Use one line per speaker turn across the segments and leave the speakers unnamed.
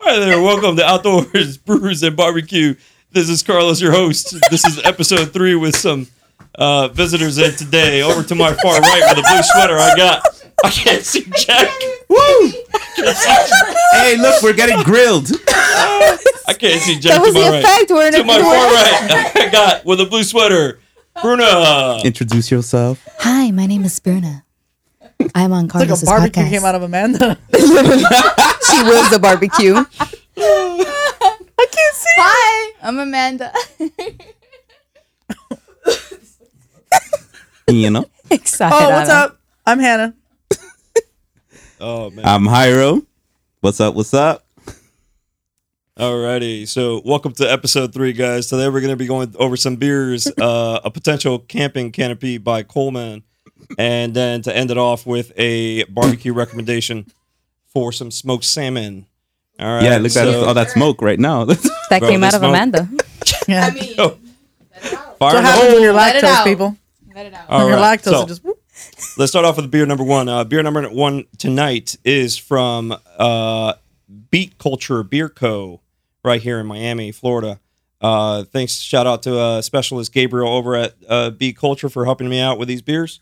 Hi there, welcome to Outdoors Brews and Barbecue. This is Carlos, your host. This is episode three with some uh, visitors in today. Over to my far right with a blue sweater, I got. I can't see Jack.
Woo! hey, look, we're getting grilled.
I can't see Jack
That was
to my
the
right.
effect. We're in
To
a
my far right, I got with a blue sweater, Bruna.
Introduce yourself.
Hi, my name is Bruna. I'm on
It's
Carlos's
like a barbecue
podcast.
came out of Amanda.
she rules the barbecue.
I can't see.
Hi, I'm Amanda.
You know,
Excited.
Oh, what's up? I'm Hannah.
Oh man.
I'm Hyro. What's up? What's up?
Alrighty, so welcome to episode three, guys. Today we're going to be going over some beers, uh, a potential camping canopy by Coleman, and then to end it off with a barbecue recommendation for some smoked salmon. All right,
yeah, look at all that smoke right now.
That
Bro,
came
this
out of
smoke-
Amanda.
Yeah.
I
That's
mean,
Oh.
what
fire in the
happens
hole.
when you're
Let it
lactose,
out.
people.
let it out.
All
when you're
right,
lactose,
so
it just whoop.
let's start off with beer number one. Uh, beer number one tonight is from uh, Beat Culture Beer Co. right here in Miami, Florida. Uh, thanks, shout out to uh, specialist Gabriel over at uh, Beat Culture for helping me out with these beers.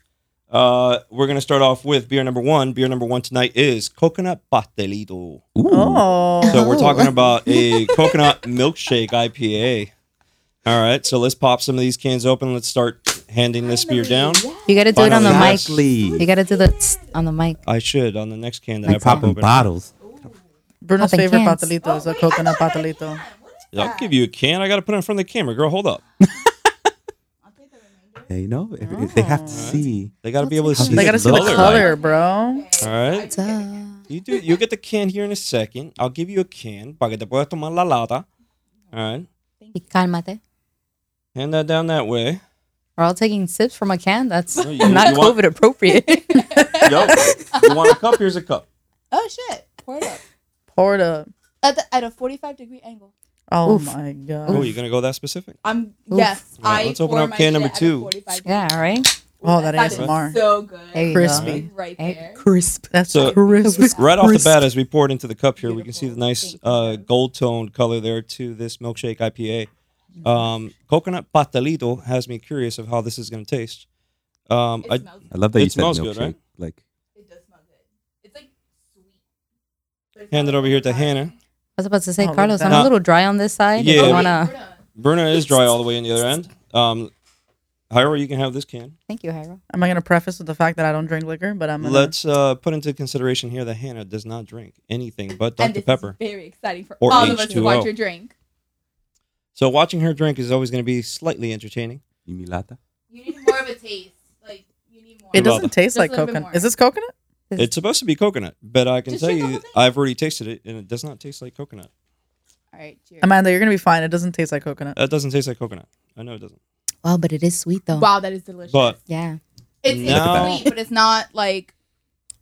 Uh, we're gonna start off with beer number one. Beer number one tonight is coconut pastelito.
Ooh.
Oh,
So we're
Oh.
talking about a coconut milkshake IPA. All right, so let's pop some of these cans open. Let's start handing this beer down.
You gotta do it on the
Finally.
mic.
Exactly.
You gotta do the tss on the mic.
I should on the next can that
Like
I pop
popping
open.
bottles.
Bruno's
Popping
favorite
cans.
pastelito
Oh,
is a coconut pastelito.
I'll give you a can. I got to put it in front of the camera, girl. Hold up.
Yeah, you know, if, if they have to see.
They got to be able to
What's
see.
it
They gotta see the
Color.
color, bro.
All right.
Duh.
You do. You'll get the can here in a second. I'll give you a can. Para que te puedas tomar la lata. All right.
Y Cálmate.
Hand that down that way.
We're all taking sips from a can. That's
No, you-
not
you
COVID
want-
appropriate.
Yo, you want a cup? Here's a cup.
Oh shit! Pour it up
Pour it up.
at, the, at a 45 degree angle.
Oh
Oof.
my
Oh,
god.
you're gonna go that specific?
I'm
Oof.
yes.
All right,
I
let's open
pour
up
my
can
shit
number
at a
two.
45 degree
yeah, right?
Oh, that
angle.
ASMR.
So good.
There you
Crispy.
go.
Right
Hey,
there.
Crisp. That's
So-
crisp.
Right off the bat, as we pour it into the cup here, we can see the nice uh, gold toned color there to this milkshake IPA. Um, coconut pastelito has me curious of how this is gonna taste. Um, I,
It smells.
I love that
It
you said
smells
milkshake.
good, right?
Like,
It does smell good. It's like sweet. But it's
hand
not
it over here to
like-
Hannah.
I was about to say,
Oh, look
Carlos,
at
I'm
that.
a little dry on this side.
Yeah.
If
Oh,
you
wait,
wanna...
Bruna.
Bruna is dry all the way in the other end. Um, Hyra, you can have this can.
Thank you, Hyra.
Am I gonna preface with the fact that I don't drink liquor, but I'm gonna.
Let's uh, put into consideration here that Hannah does not drink anything but Dr.
And this
Pepper.
Is very exciting for
Or
all of us to
H2O.
watch your drink.
So watching her drink is always going to be slightly entertaining.
you mean lata?
You need more of a taste. Like you need more.
it
Love
doesn't taste
Just
like
a little bit
coconut.
more.
Is this coconut?
It's supposed to be coconut, but I can
Just
tell
drink the
you
whole thing.
I've already tasted it and it does not taste like coconut.
All right. Cheers.
Amanda, you're gonna be fine. It doesn't taste like coconut.
It doesn't taste like coconut. I know it doesn't.
Wow, but it is sweet though.
Wow, that is delicious.
But
Yeah.
It's,
No.
it's sweet, but it's not like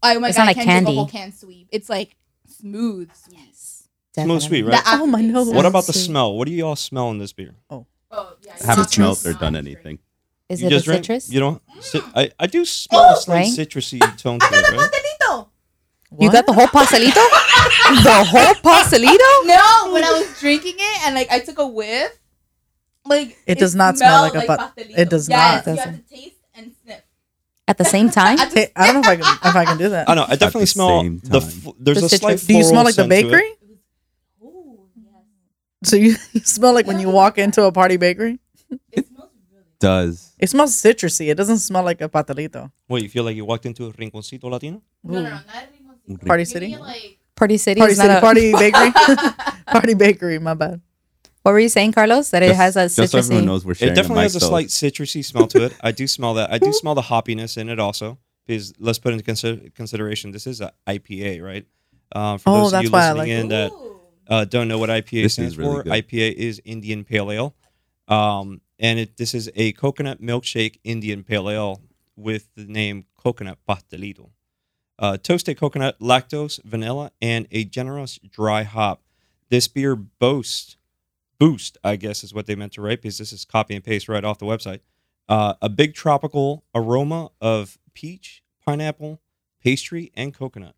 oh my
It's not
god, I
like
can't
candy.
drink a whole can sweet. It's like smooth sweet.
Smooth
definitely.
sweet, right?
The
Oh, my
aftertaste.
nose.
what about the
sweet.
smell? What do you all smell in this beer?
Oh, yeah,
I haven't
it's
smelled
not
smelled or
drink.
done anything.
Is
you
it a
drank-
citrus?
You don't. Cit- I, I do smell a slight
Right?
citrusy tone to
I got
it,
a
right?
pastelito.
You got the whole pastelito? the whole pastelito?
No, when I was drinking it and like I took a whiff, like
It does not smell like
smelled
a pa-
pastelito.
it does
yes,
not.
You have to taste and sniff.
At the same time?
I
Ta-
just,
I don't know if I can if I can do that.
I know. I definitely
the
smell
same
the.
time.
F- there's
The
a slight.
citrus.
Do you
floral
smell like the
scent to it.
bakery?
ooh, yes.
So you, you smell like when you walk into a party bakery?
It smells really.
Does.
It smells citrusy. It doesn't smell like a pastelito.
What you feel like you walked into a rinconcito latino?
No, no,
Ooh.
no, not rinconcito.
Party
Give
City?
me, like-
Party City
Party
is not
city,
a-
party bakery. party bakery, my bad.
What were you saying, Carlos? That it has a
Just so everyone
citrusy.
knows we're sharing
It definitely
a mic
has a
though.
slight citrusy smell to it. I do smell that. I do smell the hoppiness in it also. Because let's put into consider- consideration, this is a IPA, right? Uh, for
Oh,
those of
that's
you
why I
listening
like
in that
Ooh.
uh, don't know what IPA
This
stands
is really
for,
good.
IPA is Indian Pale Ale, um, and it, this is a coconut milkshake Indian Pale Ale with the name Coconut Pastelito. Uh, toasted coconut, lactose, vanilla, and a generous dry hop. This beer boasts boost, I guess is what they meant to write because this is copy and paste right off the website. Uh, a big tropical aroma of peach, pineapple, pastry, and coconut.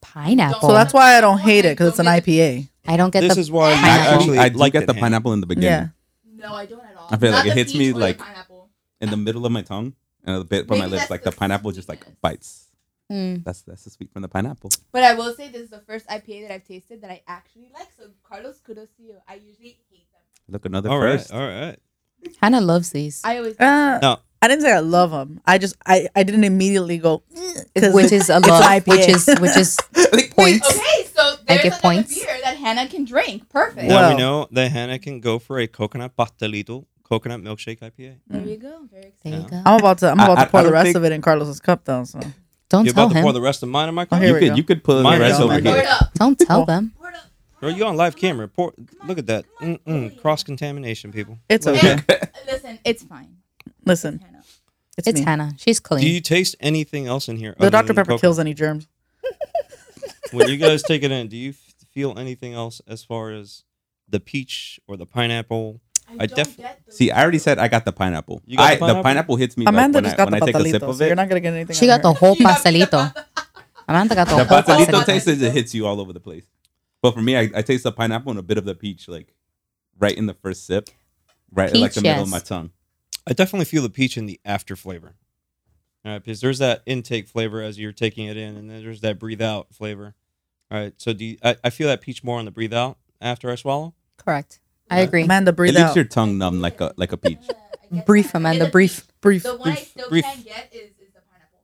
pineapple.
Oh.
So that's why I don't hate it because it's an IPA.
I don't get
this
the.
is why you
pineapple.
actually
I do
like
get the pineapple in the beginning,
Yeah.
No, I don't at all.
I feel
Not
like it
the
hits
peach
me,
or the
like-
pineapple.
in the middle of my tongue and a bit from my
Maybe
lips.
that's
Like
the
the pineapple just like
sweetness.
bites.
Mm.
That's that's the sweet from the pineapple.
But I will say this is the first IPA that I've tasted that I actually like. So Carlos, kudos to you. I usually hate them.
Look, another
All right,
first.
all right.
Hannah loves these,
I always.
Uh,
No.
I didn't say I love them. I just I, I didn't immediately go because
which is a
an
love,
IPA.
which is which is
Like,
points.
okay, so
I
there's
get
another
points.
beer that Hannah can drink. Perfect.
Now
Well-
we know that Hannah can go for a coconut pastelito, coconut milkshake IPA.
There
Mm.
you go. Very exciting.
There you go.
I'm about to I'm
I-
about
I-
to pour
I
the
don't
rest
think-
of it in Carlos's cup though. So
Don't
You're
tell
about to
him.
pour the rest of mine in my cup.
Oh,
you
here we
could
go.
you could pull the
Mine
rest
is
over
on my
Pour it
here.
up.
Don't tell
Cool.
them.
Pour it up.
Bro, you on live camera. Pour, look at that. Mm-mm, cross contamination, people.
it's
Look at
okay.
that.
Listen, it's fine.
Listen,
Hannah.
it's,
It's
me.
Hannah. She's clean.
Do you taste anything else in here?
The
other
Dr
than
Pepper
coconut?
kills any germs.
when you guys take it in, do you f- feel anything else as far as the peach or the pineapple? I
don't
def-
get those.
See, I already said I got the pineapple.
You got the
I, The
pineapple?
pineapple hits me like,
Amanda
when,
just
I,
got
when
the
I take a sip
pastelito,
of
so you're
it.
not gonna get anything.
she
out
got
of
the
her.
whole
She got the
pastelito. Amanda got the
the
whole
pastelito
pastelito.
taste is it hits you all over the place. But for me, I, I taste the pineapple and a bit of the peach, like right in the first sip, right like the
Peach,
middle of
yes.
my tongue.
I definitely feel the peach in the after flavor. All right, because there's that intake flavor as you're taking it in, and then there's that breathe out flavor. All right, so do you, I, I feel that peach more on the breathe out after I swallow?
Correct. I agree.
Amanda
It
breathe
leaves
out.
your tongue numb like a like a peach.
Brief, Amanda. Brief.
Brief.
The one I
Brief,
still
brief.
can't get is, is the pineapple.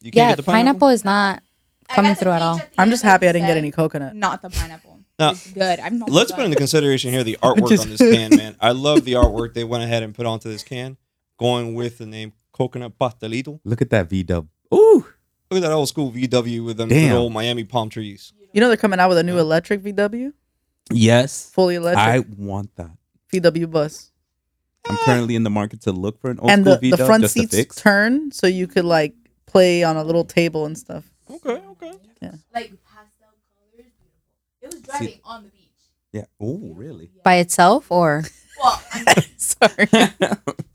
You can't
Yeah,
get the
pineapple? is not.
I
Coming
got the
through at
peach
all.
the
I'm
end,
just
like
happy
you
I didn't
said.
get any coconut.
Not the pineapple.
No.
It's good. I'm not.
Let's put into consideration here the artwork on this can, man. I love the artwork they went ahead and put onto this can, going with the name Coconut Pastelito.
Look at that V dub. Ooh,
Look at that old school VW with them
Damn.
good old Miami palm trees.
You know they're coming out with a new electric VW,
yes,
fully electric
Oh. I want that.
VW bus,
I'm currently in the market to look for an old
and
school
the,
V
the
dub
front
just to
seats
fix.
turn so you could like play on a little table and stuff.
Okay, okay.
Like pastel colors, beautiful. It was driving on the beach.
yeah. Oh, really?
By itself or?
Well, I'm,
Sorry.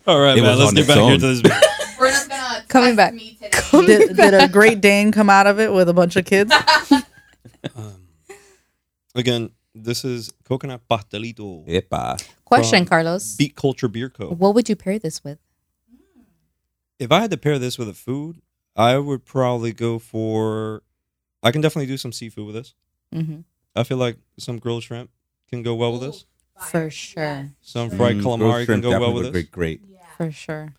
All right,
It
man.
was
Let's
on
get
its
back here
own.
to this.
we're not gonna
Coming
test
back.
Me today.
Did, did a Great Dane come out of it with a bunch of kids?
Um, again, this is Coconut Pastelito,
Epa.
Question,
From
Carlos.
Beat Culture Beer Co.
What would you pair this with?
If I had to pair this with a food, I would probably go for. I can definitely do some seafood with this.
hmm
I feel like some grilled shrimp can go well with this.
For sure.
Some fried
Mm,
calamari
grilled
can
shrimp
go well
definitely
with this.
would be Great.
Yeah.
For sure.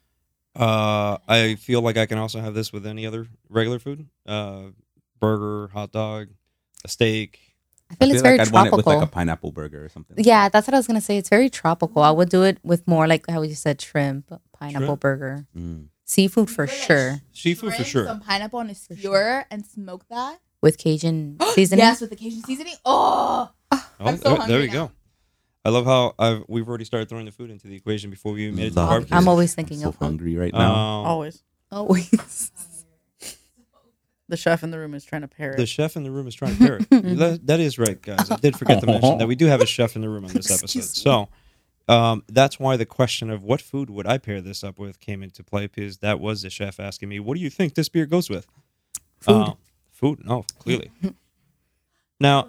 Uh, I feel like I can also have this with any other regular food. Uh, burger, hot dog, a steak.
I feel
I feel
it's very
like I'd want it with
tropical.
like a pineapple burger or something.
yeah, that's what I was gonna say. It's very tropical. I would do it with more like how you said shrimp, pineapple
Shrimp?
burger,
Mm.
seafood for
Really?
sure,
Seafood for
Shrimp,
sure.
Some pineapple on a skewer and smoke that.
with Cajun seasoning.
Yes, with the Cajun seasoning. Oh, I'm so
there,
hungry
there you
now.
go. I love how I've, we've already started throwing the food into the equation before we even made it to the
Love
barbecue.
it.
I'm always thinking
so
of food.
hungry right
Um,
now.
Always.
Always.
The chef in the room is trying to pair
the
it.
chef in the room is trying to pair it. That- that is right, guys. I did forget to mention that we do have a chef in the room on this episode. So um, that's why the question of what food would I pair this up with came into play because that was the chef asking me, "What do you think this beer goes with?" Food. food. No, clearly. now,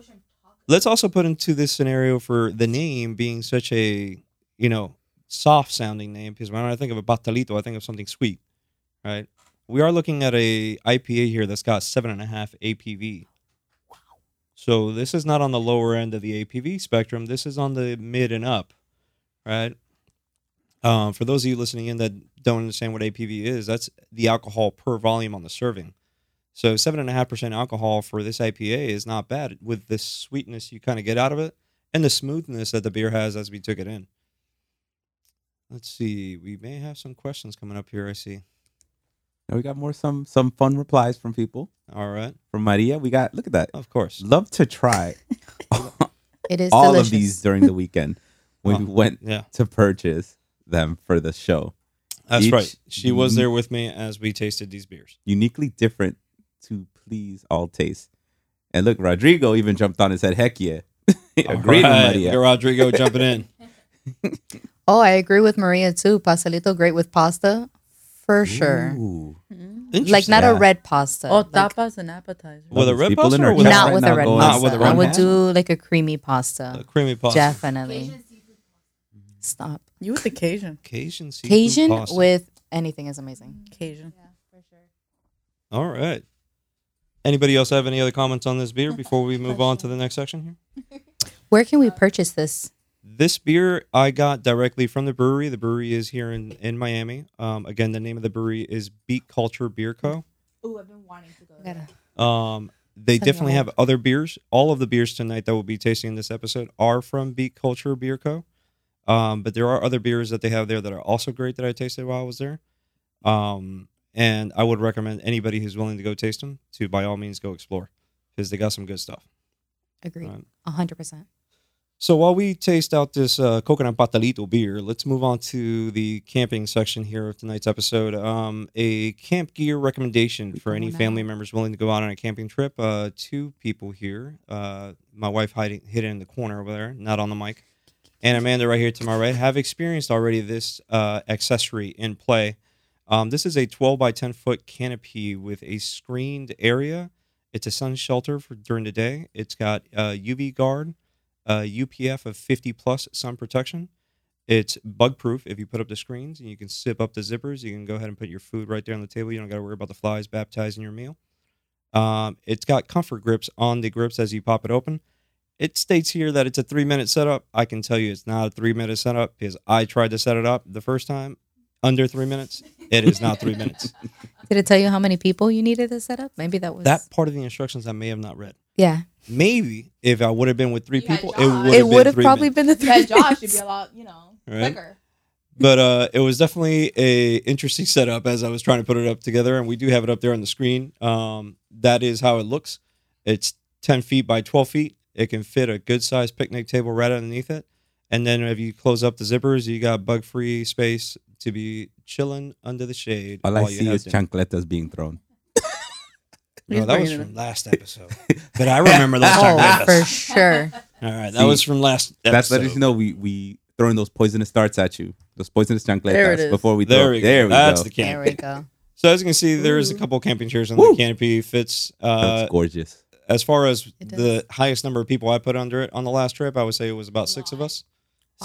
let's also put into this scenario for the name being such a you know soft sounding name because when I think of a batalito, I think of something sweet, right? We are looking at a IPA here that's got seven and a half APV. So this is not on the lower end of the APV spectrum. This is on the mid and up, right? Um, for those of you listening in that don't understand what APV is, that's the alcohol per volume on the serving. So seven and a half percent alcohol for this IPA is not bad with the sweetness you kind of get out of it and the smoothness that the beer has as we took it in. Let's see. We may have some questions coming up here. I see.
Now we got more some some fun replies from people.
All right.
From Maria, we got look at that.
Of course.
Love to try
It is
all
delicious.
of these during the weekend when we
Oh,
went
Yeah.
to purchase them for the show.
That's
Each-
right. She was there with me as we tasted these beers.
Uniquely different to please all tastes. And look, Rodrigo even jumped on and said, "Heck yeah!" Agreed,
All right,
with Maria.
look at Rodrigo jumping in.
Oh, I agree with Maria too. Pastelito great with pasta, for sure.
Ooh.
Like not a
Yeah.
red pasta.
Oh,
like,
tapas and appetizer.
With a red
People
pasta
in
or
our
with a
chat
red-
not
right
with
now
a red
going-
pasta.
Not with a
I
red
would
pasta.
do like a creamy
a
pasta.
creamy pasta.
Definitely.
Asian seafood.
Stop.
You with the Cajun.
Cajun seafood
Cajun
pasta.
with anything is amazing.
Cajun.
Yeah, for sure.
All right. Anybody else have any other comments on this beer before we move on to the next section here?
Where can we purchase this?
This beer I got directly from the brewery. The brewery is here in, in Miami. Um, again, the name of the brewery is Beat Culture Beer Co.
Ooh, I've been wanting to go.
We
there.
gotta-
Um, they
Send me a
definitely have other beers. All of the beers tonight that we'll be tasting in this episode are from Beat Culture Beer Co. Um, but there are other beers that they have there that are also great that I tasted while I was there. Um, and I would recommend anybody who's willing to go taste them to, by all means, go explore because they got some good stuff.
Agreed.
Right.
A hundred percent.
So while we taste out this uh, coconut patalito beer, let's move on to the camping section here of tonight's episode. Um, a camp gear recommendation for any
Going
family
out.
members willing to go out on a camping trip. Uh, two people here. Uh, my wife hiding hidden in the corner over there, not on the mic, and Amanda right here to my right have experienced already this uh, accessory in play. Um, this is a 12 by 10 foot canopy with a screened area. It's a sun shelter for during the day. It's got uh, UV guard uh, UPF of 50 plus sun protection. It's bug proof if you put up the screens and you can zip up the zippers. You can go ahead and put your food right there on the table. You don't got to worry about the flies baptizing your meal. Um, it's got comfort grips on the grips as you pop it open. It states here that it's a three minute setup. I can tell you it's not a three minute setup because I tried to set it up the first time under three minutes. It is not three minutes.
Did it tell you how many people you needed to set up? Maybe that was
That part of the instructions I may have not read.
Yeah.
Maybe if I would have been with three
You had
people, it
Josh.
would have
It
been
would have
three
probably
minutes.
been the
Yeah,
three.
Josh should
minutes.
be a lot, you know,
Right.
quicker.
but uh, it was definitely a interesting setup as I was trying to put it up together, and we do have it up there on the screen. Um, that is how it looks. It's ten feet by twelve feet. It can fit a good sized picnic table right underneath it, and then if you close up the zippers, you got bug free space to be chilling under the shade.
All I
while you
see
have
is
dinner.
chancletas being thrown.
No,
He's
that was
bringing it
from last episode, but I remember those
Oh, for
chancletas.
sure.
All right, that
See,
was from last episode.
That's letting you know we we throwing those poisonous darts at you. Those poisonous chancletas
There it is.
before we
There
throw.
we go.
there we
That's
go.
the
There we
canopy.
go.
So as you can see, there is a
Ooh.
couple camping chairs on
Woo.
the canopy. Fits uh,
That's gorgeous.
as far as
It
the highest number of people I put under it on the last trip, I would say it was about six of us,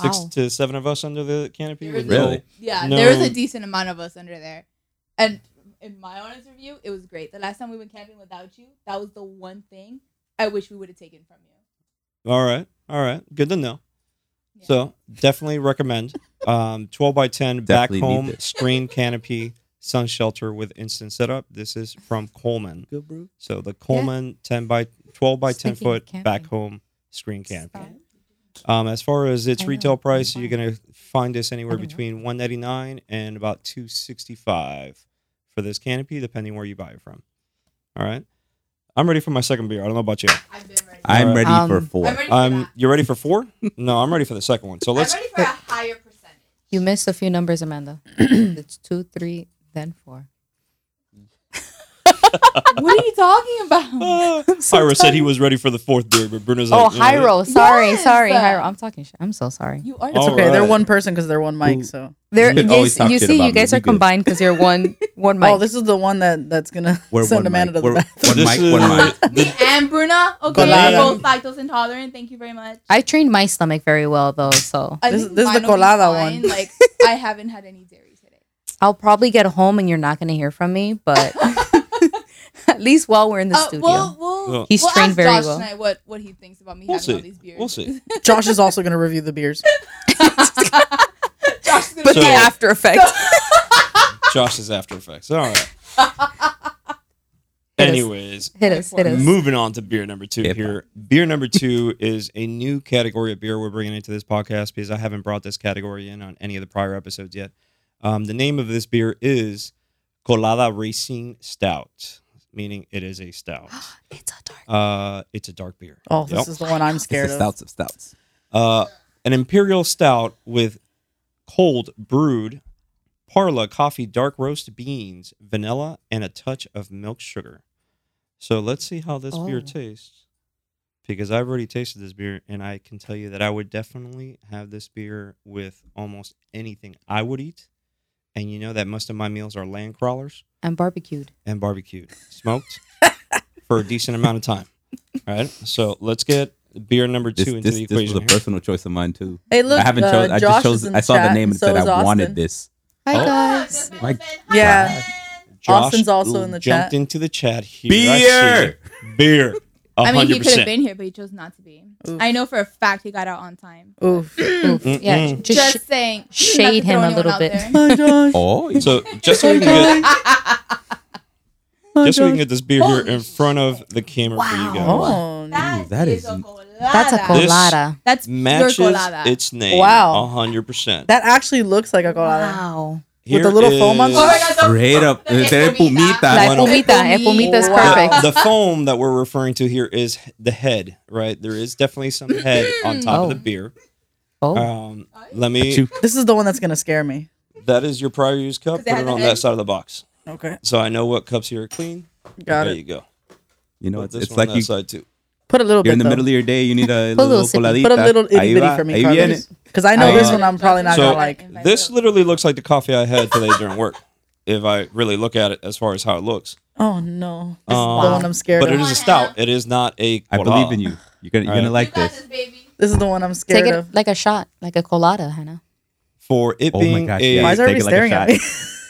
six
Wow.
to seven of us under the canopy.
There
with
was
no-
Really?
Yeah,
No.
there was a decent amount of us under there. And in my honest review, it was great. The last time we went camping without you, that was the one thing I wish we would have taken from you.
All right, all right, good to know.
Yeah.
So definitely recommend um, twelve by ten
Definitely
back
need
home
it.
screen canopy sun shelter with instant setup. This is from Coleman.
Good brew.
So the Coleman ten by twelve by
Just
ten
thinking of
foot
camping.
back home screen canopy.
Stop.
Um, as far as its
I know.
retail price,
Wow.
you're gonna find this anywhere
don't know.
between 199 and about 265 for this canopy, depending where you buy it from. All right, I'm ready for my second beer. I don't know about you.
I've been ready.
I'm
Alright.
ready for
Um,
four.
I'm ready for
Um,
that.
you ready for four? No, I'm ready for the second one. So let's.
I'm ready for a higher percentage.
You missed a few numbers, Amanda. it's two, three, then four.
what are you talking about?
Ah, Hyro said he was ready for the fourth beer, but Bruno's
Oh,
like, you know what?
Hyro. Sorry,
Yes.
sorry, Hyro. I'm talking shit. I'm so sorry.
You are
It's
It's
Oh,
talking
okay. They're
Alright.
one person because they're one mic. So
There,
You can
you,
always talk
you
shit
see,
about
you guys
me.
are
You good.
combined because you're one, one mic.
oh, this is the one that that's gonna
We're
send
one
Amanda
mic.
to the
We're
bathroom.
one mic. One
This
mic.
is-
Me and Bruna, okay,
Colada.
we're both lactose intolerant. Thank you very much.
I trained my stomach very well though, so
I
This-
think
this is the
mine will be
colada
fine.
one.
Like I haven't had any dairy today.
I'll probably get home and you're not gonna hear from me. But at least while we're in the
Uh,
studio,
we'll, we'll,
Well-
He's
we'll
trained
ask
very
Josh
well.
tonight what, what he thinks about me
We'll
having all
see.
these beers.
We'll see.
Josh is also gonna review the beers.
Josh's gonna
but
So-
the after effects.
Josh's After Effects. All right.
It is.
Anyways,
hit us, hit us.
Moving on to beer number two
Epa.
here. Beer number two is a new category of beer we're bringing into this podcast because I haven't brought this category in on any of the prior episodes yet. Um, the name of this beer is Colada Racing Stout, meaning it is a stout.
It's a dark.
Uh, it's a dark beer.
Oh, this
Yep.
is the one I'm
It's
scared
the
of.
stouts of stouts.
Uh, an imperial stout with cold brewed parla coffee dark roast beans vanilla and a touch of milk sugar so let's see how this beer
Oh.
tastes because i've already tasted this beer and i can tell you that i would definitely have this beer with almost anything i would eat and you know that most of my meals are land crawlers
I'm barbecued.
and barbecued, smoked for a decent amount of time. All right, so let's get beer number two
This,
into the
this, this was
equation.
a
here.
personal choice of mine too.
Hey, look,
I haven't
uh,
chose. I
Josh
just
is
chose.
in
I saw the
chat,
name and
so
said
is
I
Austin.
wanted this.
Hi
Oh.
guys.
Hi,
My
Austin.
Yeah.
Josh
Austin's also in the
jumped
chat.
into the chat here. I see you. beer.
I mean, he could have
100%.
been here, but he chose not to be.
Oof.
I know for a fact he got out on time.
Oof.
Oof. Yeah,
Mm-mm.
just,
Just,
sh-
saying.
shade
Not to
him
throw
a
anyone
little
out
bit.
there.
Hi, Josh.
Oh,
So just so we can get
Hi,
just so we can
Josh.
get this beer here in front of the camera for you
Wow.
guys.
Oh,
Ooh, that
is
is-
a colada.
that's a
This-
colada.
That's pure
Matches
colada.
its name.
Wow.
hundred percent.
that actually looks like a colada.
Wow.
With the little foam on
oh my God, the-
Straight up,
the
they're
espumita.
pumita.
La
one of-
espumita. Espumita is
Wow.
perfect.
The, the foam that we're referring to here is the head, right? There is definitely some head
Mm-hmm.
on top
Oh.
of the beer.
Oh.
Um, let me.
Achoo.
This is the one that's gonna scare me.
That is your prior use cup.
Does it
Put
have
it
a
on
head?
that side of the box,
Okay,
so I know what cups here are clean.
got
there
it.
you go.
You know,
Put
it's,
this
it's
one uh,
like
on
you,
that side too.
Put a little
you're in
bit.
the
though.
mitle of uh, your day. You need a
Put a little
little coladita.
sippy.
Put a little itty
Ahí
bitty
va,
for me,
ahí viene.
Carlos, because I know this
Uh,
one I'm probably not so- gonna
Josh is
like.
invite
This
you.
literally looks like the coffee I had today during work. If I really look at it as far as how it looks,
Oh no, this
Um,
is
Uh,
the one I'm scared
but
of.
it is a stout. It is not a.
I believe in you. You're gonna, you're
Alright.
gonna like
You got
this.
baby.
this is the one I'm
Take
scared
it
of.
like a shot, like a colada, Hannah.
for it
Oh my
being
gosh,
a.
yeah.
Why is
Take it
everybody
like a
staring at
shot.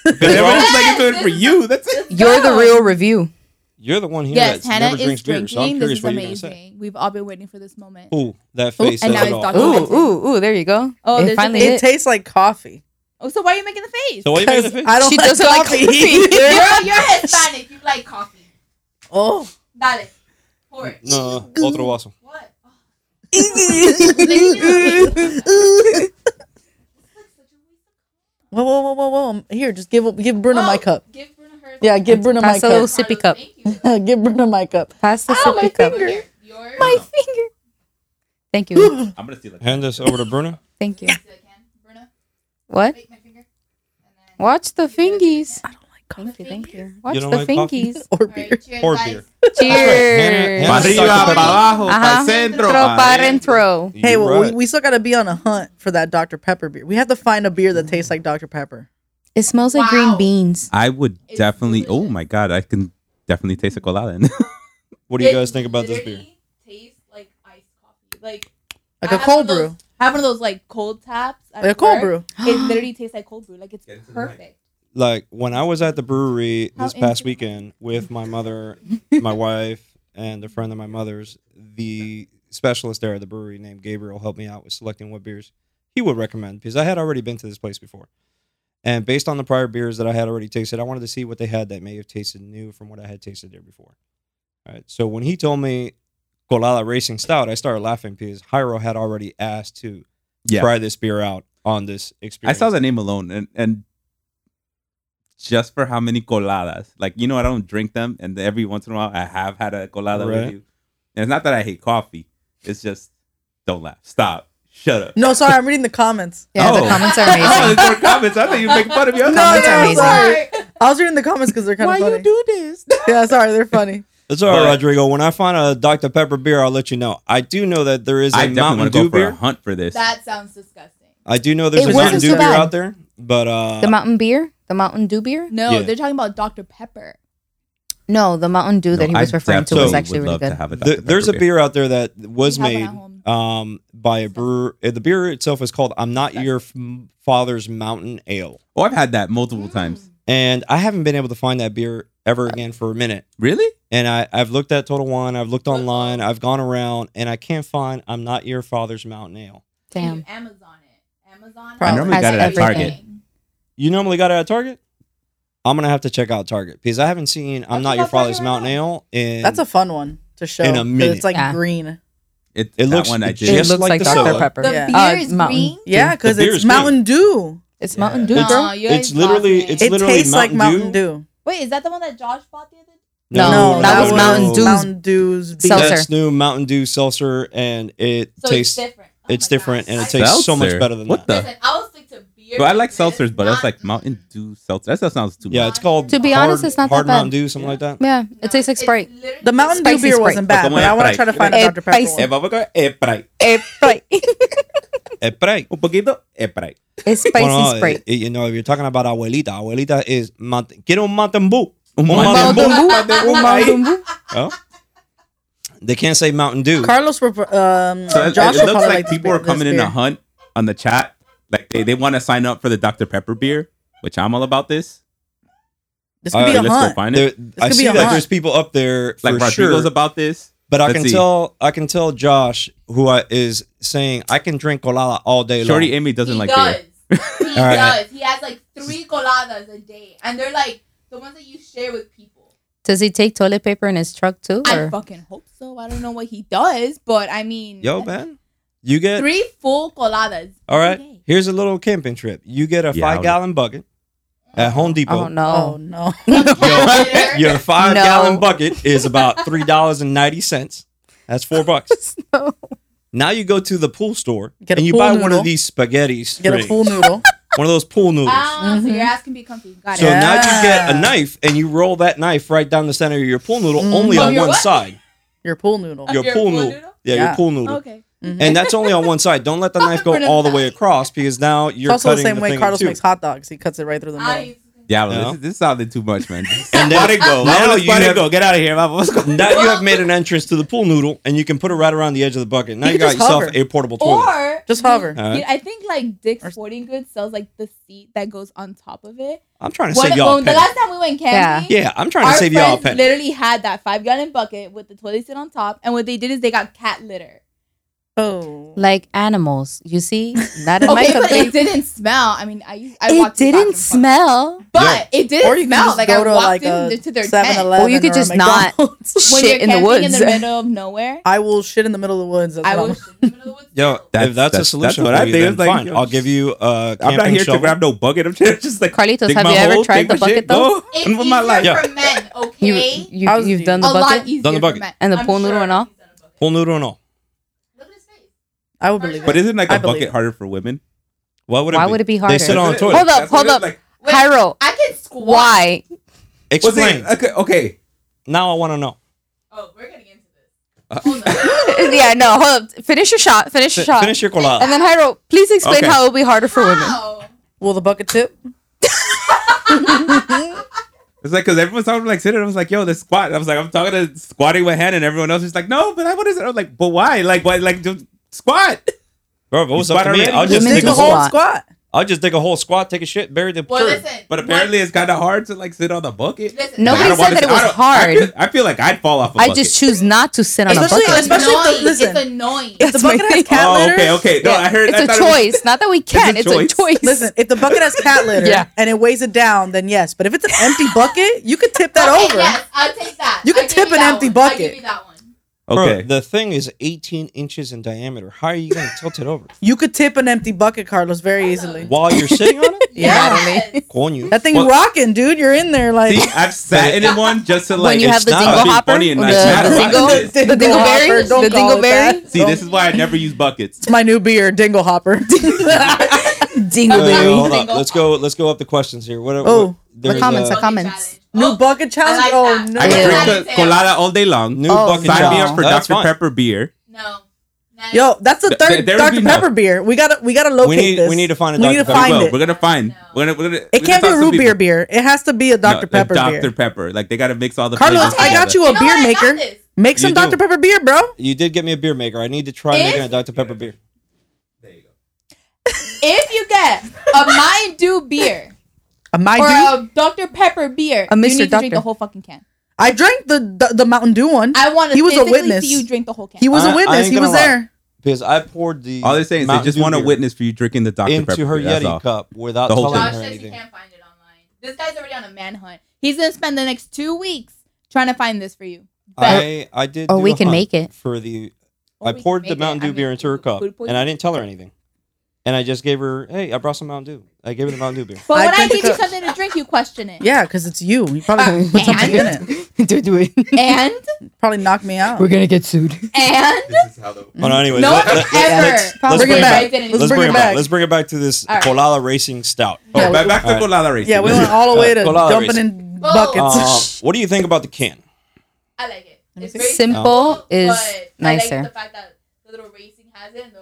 me?
Because everyone's like it's doing it for
Yes.
you. That's it.
You're the
No.
real review.
You're the one here
Yes,
that
Hannah
never
is
drinks beer, so I'm
drinking. This
curious
is
what you're gonna say.
amazing. We've all been waiting for this moment.
Ooh, that face
and now
says it
it's
all.
Dr.
Ooh,
Pepper.
ooh, ooh! There you go.
Oh,
it
there's a-
finally
It
hit.
tastes like coffee.
Oh, so why are you making the face?
So why you making the
'Cause
face?
I don't
She
like
doesn't like
coffee.
coffee.
you're, you're Hispanic. You like coffee.
oh,
Dale. Pour it.
No, no, otro vaso.
What? Oh,
whoa, whoa, whoa, whoa, whoa! Here, just give give Bruno my
oh,
cup.
Give Bruna her.
Yeah, give Bruno my
Pass a little
cup.
sippy cup.
Thank you.
give Bruno my cup.
Pass the
Ow, my
sippy cup.
finger.
Yours.
My finger. Thank you.
I'm gonna steal it.
Hand this over to Bruno.
Thank you.
Is it a can? Bruna,
What?
wait, my finger. And then-
Watch the fingies.
I don't like coffee
Thank you. Thank you. Watch
You
the
don't like coffee?
fingies.
or
All
beer.
right, cheers,
Or
guys.
beer.
Cheers.
Hannah-
Pa'
Hannah-
arriba,
Dr.
pa' abajo, pa'
Ajá.
centro.
Throw,
pa'
para entro.
Hey,
You're
well,
right.
we, we still gotta be on a hunt for that Dr Pepper beer. We have to find a beer that tastes like Dr Pepper.
It smells like green
Wow.
beans.
I would
It's
definitely. Oh
delicious.
my god, I can definitely taste a colada. in it.
what do you
It
guys think about this beer?
literally Tastes like iced coffee. Like
Like
I
a
have
cold
one of
brew.
those- I have one of those like cold taps. at
Like a cold
work.
brew.
It literally tastes like cold brew. Like it's
Get into the mic.
perfect.
Like when I was at the brewery
How
this past
intimate.
weekend with my mother, my wife, and a friend of my mother's, the specialist there at the brewery named Gabriel helped me out with selecting what beers he would recommend because I had already been to this place before. And based on the prior beers that I had already tasted, I wanted to see what they had that may have tasted new from what I had tasted there before. All right. So when he told me Colada Racing Stout, I started laughing because Jairo had already asked to
Yeah.
try this beer out on this
I
experience.
saw the name alone, and and just for how many coladas, like you know, I don't drink them, and every once in a while, I have had a colada
Right.
with you. And it's not that I hate coffee; it's just don't laugh, stop, shut up.
No, sorry, I'm reading the comments.
Yeah, the
Oh.
comments are
Oh, there's
amazing.
more comments. I thought you were making fun of me. I
Oh,
was
No,
like,
Comments are
no,
amazing.
sorry. I was reading the comments because they're kind of
Why
funny.
you do this?
yeah, sorry, they're funny.
It's all right,
But-
Rodrigo. When I find a Dr. Pepper beer, I'll let you know. I do know that there is a
I definitely
Mountain
want to
Dew
go for a
beer.
hunt for this.
That sounds disgusting.
I do know there's
It
a Mountain
wasn't
Dew
too
beer
bad.
out there, but uh,
Oh.
The mountain beer? The mountain dew beer?
No,
Yeah.
they're talking about Dr. Pepper.
No, the mountain dew
No,
that he was
I
referring to was
definitely
actually
would
really
love to
good.
have a
th-
Dr.
there's a
Pepper
beer out there that was
We have one
made
at home.
um, by a brewer. uh, The beer itself is called "I'm Not Your F- Father's Mountain Ale,"
Oh, I've had that multiple
Mm.
times.
and I haven't been able to find that beer ever again for a minute.
Really?
And I, I've looked at Total Wine, I've looked online, I've gone around, and I can't find "I'm Not Your Father's Mountain Ale."
Damn.
Damn.
Amazon it. Amazon.
I
has
normally
got it at
everything.
You normally got it at Target. I'm gonna have to check out Target because I haven't seen "I'm
That's
Not
what
Your
I'm talking
Father's
right
Mountain
now.
Ale" in
That's a fun one to show.
In a
'cause
minute.
It's like
Yeah.
green.
It,
It
that
looks
one I
just-
did.
It looks like Dr.
The
Pepper.
Yeah.
beer
Uh,
is
mountain.
green.
Yeah, because
The beer
it's
is green.
Mountain Dew.
It's
Yeah.
Mountain Dew,
No,
bro.
you
It's
guys
literally-
lost me.
it's
It
literally
tastes like Mountain
Mountain Dew.
Dew.
Wait, is that the one that Josh bought the other day?
No,
No,
that was Mountain Dew's
Mountain Dew's beer.
seltzer.
That's new Mountain Dew seltzer, and it
So
tastes
it's different. Oh
it's
my
different,
gosh.
and it
I-
tastes so much
Seltzer?
better than that.
What the-
Listen, I will stick to beer.
But I like
This is
seltzers, but that's
not-
like Mountain Dew seltzer. That sounds too
Yeah,
much.
it's called.
To be
hard-
honest, it's not
hard
that bad.
Mountain Dew, something like that.
Yeah,
No,
it tastes like
it's
Sprite.
literally
The Mountain Dew
Spicy
beer
Sprite.
wasn't bad,
Come on,
but I want to
Sprite.
try to find a
Eh,
Dr Pepper
spicy.
one.
Eh, vamos con- eh, para-
Sprite.
Sprite.
Un poquito, eh, para ahí.
It's spicy
Well, no,
Sprite.
eh, you know, if you're talking about abuelita, abuelita is mant- quiero un Mountain Dew.
Un
Mountain Dew.
Mountain Dew.
Mountain Dew?
Oh. They can't say Mountain Dew.
Carlos, will pro- um,
So it,
Josh
it looks
will probably
like,
like this
people
beer-
are coming
this
in
beer.
a hunt on the chat. Like they, they want to sign up for the Dr. Pepper beer, which I'm all about this.
This
Uh,
could be
So
a
let's go
hunt.
find
There-
it.
I
could
see
be a
that
hunt.
there's people up there
Like
for
Rodrigo's
sure,
about this.
but I
Let's
can
see.
tell I can tell Josh who I, is saying I can drink colada all day long.
Shorty Amy doesn't
he
like
does.
beer.
He
All right.
does. He has like three coladas a day, and they're like the ones that you share with people.
Does he take toilet paper in his truck too?
I
Or?
fucking hope so. I don't know what he does, but I mean,
Yo, man, you get
three full coladas.
all right.
every day.
Here's a little camping trip. You get a
Yeah, I
five
would-
gallon bucket at Home Depot.
Oh no.
Oh no!
Calculator.
Your five gallon
No.
bucket is about three dollars and ninety cents. That's four bucks.
No.
Now you go to the pool store
Get a
and you
pool
buy one
noodle.
of these spaghetti strings,
Get a pool noodle.
one of those pool noodles.
Ah, so
Mhm.
your ass can be comfy. Got
so
it.
now you get a
Yeah. Mm.
knife and you roll that knife right down the center of your pool noodle, only
Oh,
on
your
one
what?
side.
Your pool noodle.
Oh,
Your, pool, noodle. Yeah, your
Yeah.
pool noodle.
Okay.
And that's only on one side. Don't let the knife go
Put it
all the
back.
way across because now
It's
you're
also the
cutting
same way
thing in
Carlos
two.
makes hot dogs. He cuts it right through the middle.
I,
Yeah,
No.
this, this sounded too much, man.
And then it go. Now you have,
Get out of here. Let's go.
now you have made an entrance to the pool noodle, and you can put it right around the edge of the bucket. Now
You
you,
can
got
just
yourself
hover.
a portable toilet.
or
Just hover.
All right.
I think like Dick's
Or-
Sporting Goods sells like the seat that goes on top of it.
I'm trying to
One-
save
well,
y'all. a
the
penny.
last time we went camping,
Yeah, I'm trying to
our
save y'all a
friends
penny.
literally had that five gallon bucket with the toilet seat on top, and what they did is they got cat litter.
Oh,
Like animals. You see? Not in
Okay,
my
but it
country.
didn't smell. I mean, I used, I
It
walked the bathroom
didn't
first.
smell.
but it didn't
or you can
smell.
just
Like I
go to
walked
like
in
a
to their tent.
7-Eleven
Or you could
a
just not
McDonald's.
when
shit
you're
in the
camping
woods.
in the middle of nowhere.
I will shit in the middle of the woods. That's
I
what
will
I'm-
shit in the middle of the woods.
Yo,
That's-
if that's, a
that's-
solution
that's what
for
I
you,
think.
then
It's like,
fine.
yo,
I'll give you a camping
I'm not here
shovel.
to grab no bucket. I'm just like
Carlitos,
dig
have
my
you ever
hole, dig
tried the
my shit,
bucket though?
go.
It's
And with my
easier
life.
for men, okay?
You you
I was
you've done
a
the
lot
bucket?
easier
Done the bucket.
for men.
And the
I'm
pool noodle
sure
and all?
he's done a bucket.
Pool noodle and all.
Look at his face.
I will believe
But
it.
isn't like
I
a
believe
bucket
it.
harder for women?
Why would it
Why
be?
would it be
They
harder?
sit on a
That's it.
toilet.
Hold up,
That's what
hold
it-
up.
like-
Wait,
Cairo.
I can squat.
Why?
Was it-
Explain.
okay, okay.
Now I want to know.
Oh, we're getting into this. Hold on.
yeah, no, hold up. Finish your shot. Finish your
Fi-
shot.
Finish your colada.
and then Hyro, please explain
Okay.
how it'll be harder for women.
Wow.
Will the bucket tip?
It's like because everyone's talking like sitting. I was like, yo, let's squat. I was like, I'm talking to squatting with Hannah, and everyone else is like, no, but I want to sit. I was like, but why? Like, why? Like, just squat.
Bro, if it was up to
Spider
me,
Man.
I'll just
Women
dig a
do
the
a
whole.
whole
squat.
squat.
I'll just dig a whole squat, take a shit, bury the.
Well,
turd.
listen.
But apparently, it's kind of hard to like sit on the bucket.
what- listen,
Nobody
I don't
said
wanna
that it
sit- I
was
don't-
hard.
I, could- I feel like I'd fall off. a
I
bucket.
just choose not to sit on a
Especially-
bucket.
it's
especially if the-
annoying.
listen.
It's annoying.
If the
That's my
bucket has
thing.
cat
Oh,
litter,
okay, okay. No, I heard. I
it's a
thought it was-
choice. Not that we can. It's a choice.
Listen, if the bucket has cat litter
Yeah.
and it weighs it down, then yes. But if it's an empty bucket, you could tip that
Okay,
over.
Yes, I'll take that.
You can
I give
tip
you
an
that
empty
one. I
bucket.
give you that one.
Bro,
okay.
the thing is 18 inches in diameter. How are you gonna tilt it over
You could tip an empty bucket, Carlos, very easily.
while you're sitting on it?
Yeah.
Yes.
Coño.
That thing
Well-
rocking, dude. You're in there like
See, I've sat in one just to like.
when you have the
not
dingle
be
hopper,
funny
the,
and
the,
nice. Matter what
dingle,
it is.
the
Dingle hopper,
dingleberry,
don't
the
call it
dingleberry,
that.
See, this is why I never use buckets.
my new beer, Dingle Hopper.
Wait, wait,
dingleberry.
hold up. Let's go. Let's go up the questions here. What?
Oh,
what,
the
there's uh,
comments.
a
uh,
The comments.
new bucket challenge.
like
oh
that.
no!
I
Ew.
can drink the colada all day long.
New
Oh,
bucket.
Sign me
challenge.
up for
That's
Dr
fine.
Pepper beer.
No. Not-
Yo, that's the
Th-
third
th- there would
Dr
be no-
Pepper beer. We gotta we gotta locate
need-
this.
we need to find a
We
Dr.
need to
Pepper.
find
Well,
it.
we're gonna find. We're gonna. We're gonna
It can't be a root beer beer. It has to be a Dr Pepper beer.
Dr Pepper. Like they gotta mix all the.
Carlos,
flavors
I got
together.
you a
know
beer
what? I got
maker.
this.
Make some
You
Dr
do.
Pepper beer, bro.
You did get me a beer maker. I need to try
If-
making a Dr Pepper beer.
If you get a Mind Dew beer
A my
or
dude.
a Dr Pepper beer,
A Mr.
you need to drink
Doctor.
the whole fucking can.
I drank the, the the Mountain Dew one.
I want to.
He was a
physically
witness.
See you drink the whole can.
he was
I-
a
I
witness.
ain't
He
gonna
was
lie.
there.
Because I poured the.
All they're saying is they
Mountain
just
Dew
want a
beer
witness for you drinking the Dr Pepper.
into her
beer, that's all.
Yeti cup without
The whole
telling
thing.
Josh
her
says he
anything.
can't find it online. This guy's already on a manhunt. He's gonna spend the next two weeks trying to find this for you. Bet.
I I did.
Or
Oh,
do
we
a
can
hunt
make it.
for the.
Or
I
we can
poured the
make it.
Mountain Dew
I mean,
beer into her cup,
food poison.
and I didn't tell her anything. And I just gave her, hey, I brought some Mountain Dew. I gave her the Mountain Dew beer.
But
I
when I,
drink
give you
the-
something to drink, you question it.
Yeah, because it's you. You probably put something in it.
do do it.
And
Probably knocked me out.
gonna get sued.
and
This is how the-
Oh, no, anyways,
no one
let,
Mm. ever.
us bring it back.
Let's
bring,
bring
it back.
it back.
Let's bring it back to this
All right.
Colada Racing Stout.
Oh,
Yeah,
back, back
All
to
right.
colada racing.
Yeah, we went all the way to
Uh, Colada
dumping
racing.
in buckets.
Uh, what do you think about the can?
I like it.
Let me
It's
see.
very
Oh.
Simple is
but I like
nicer.
the fact that the little racing has it and the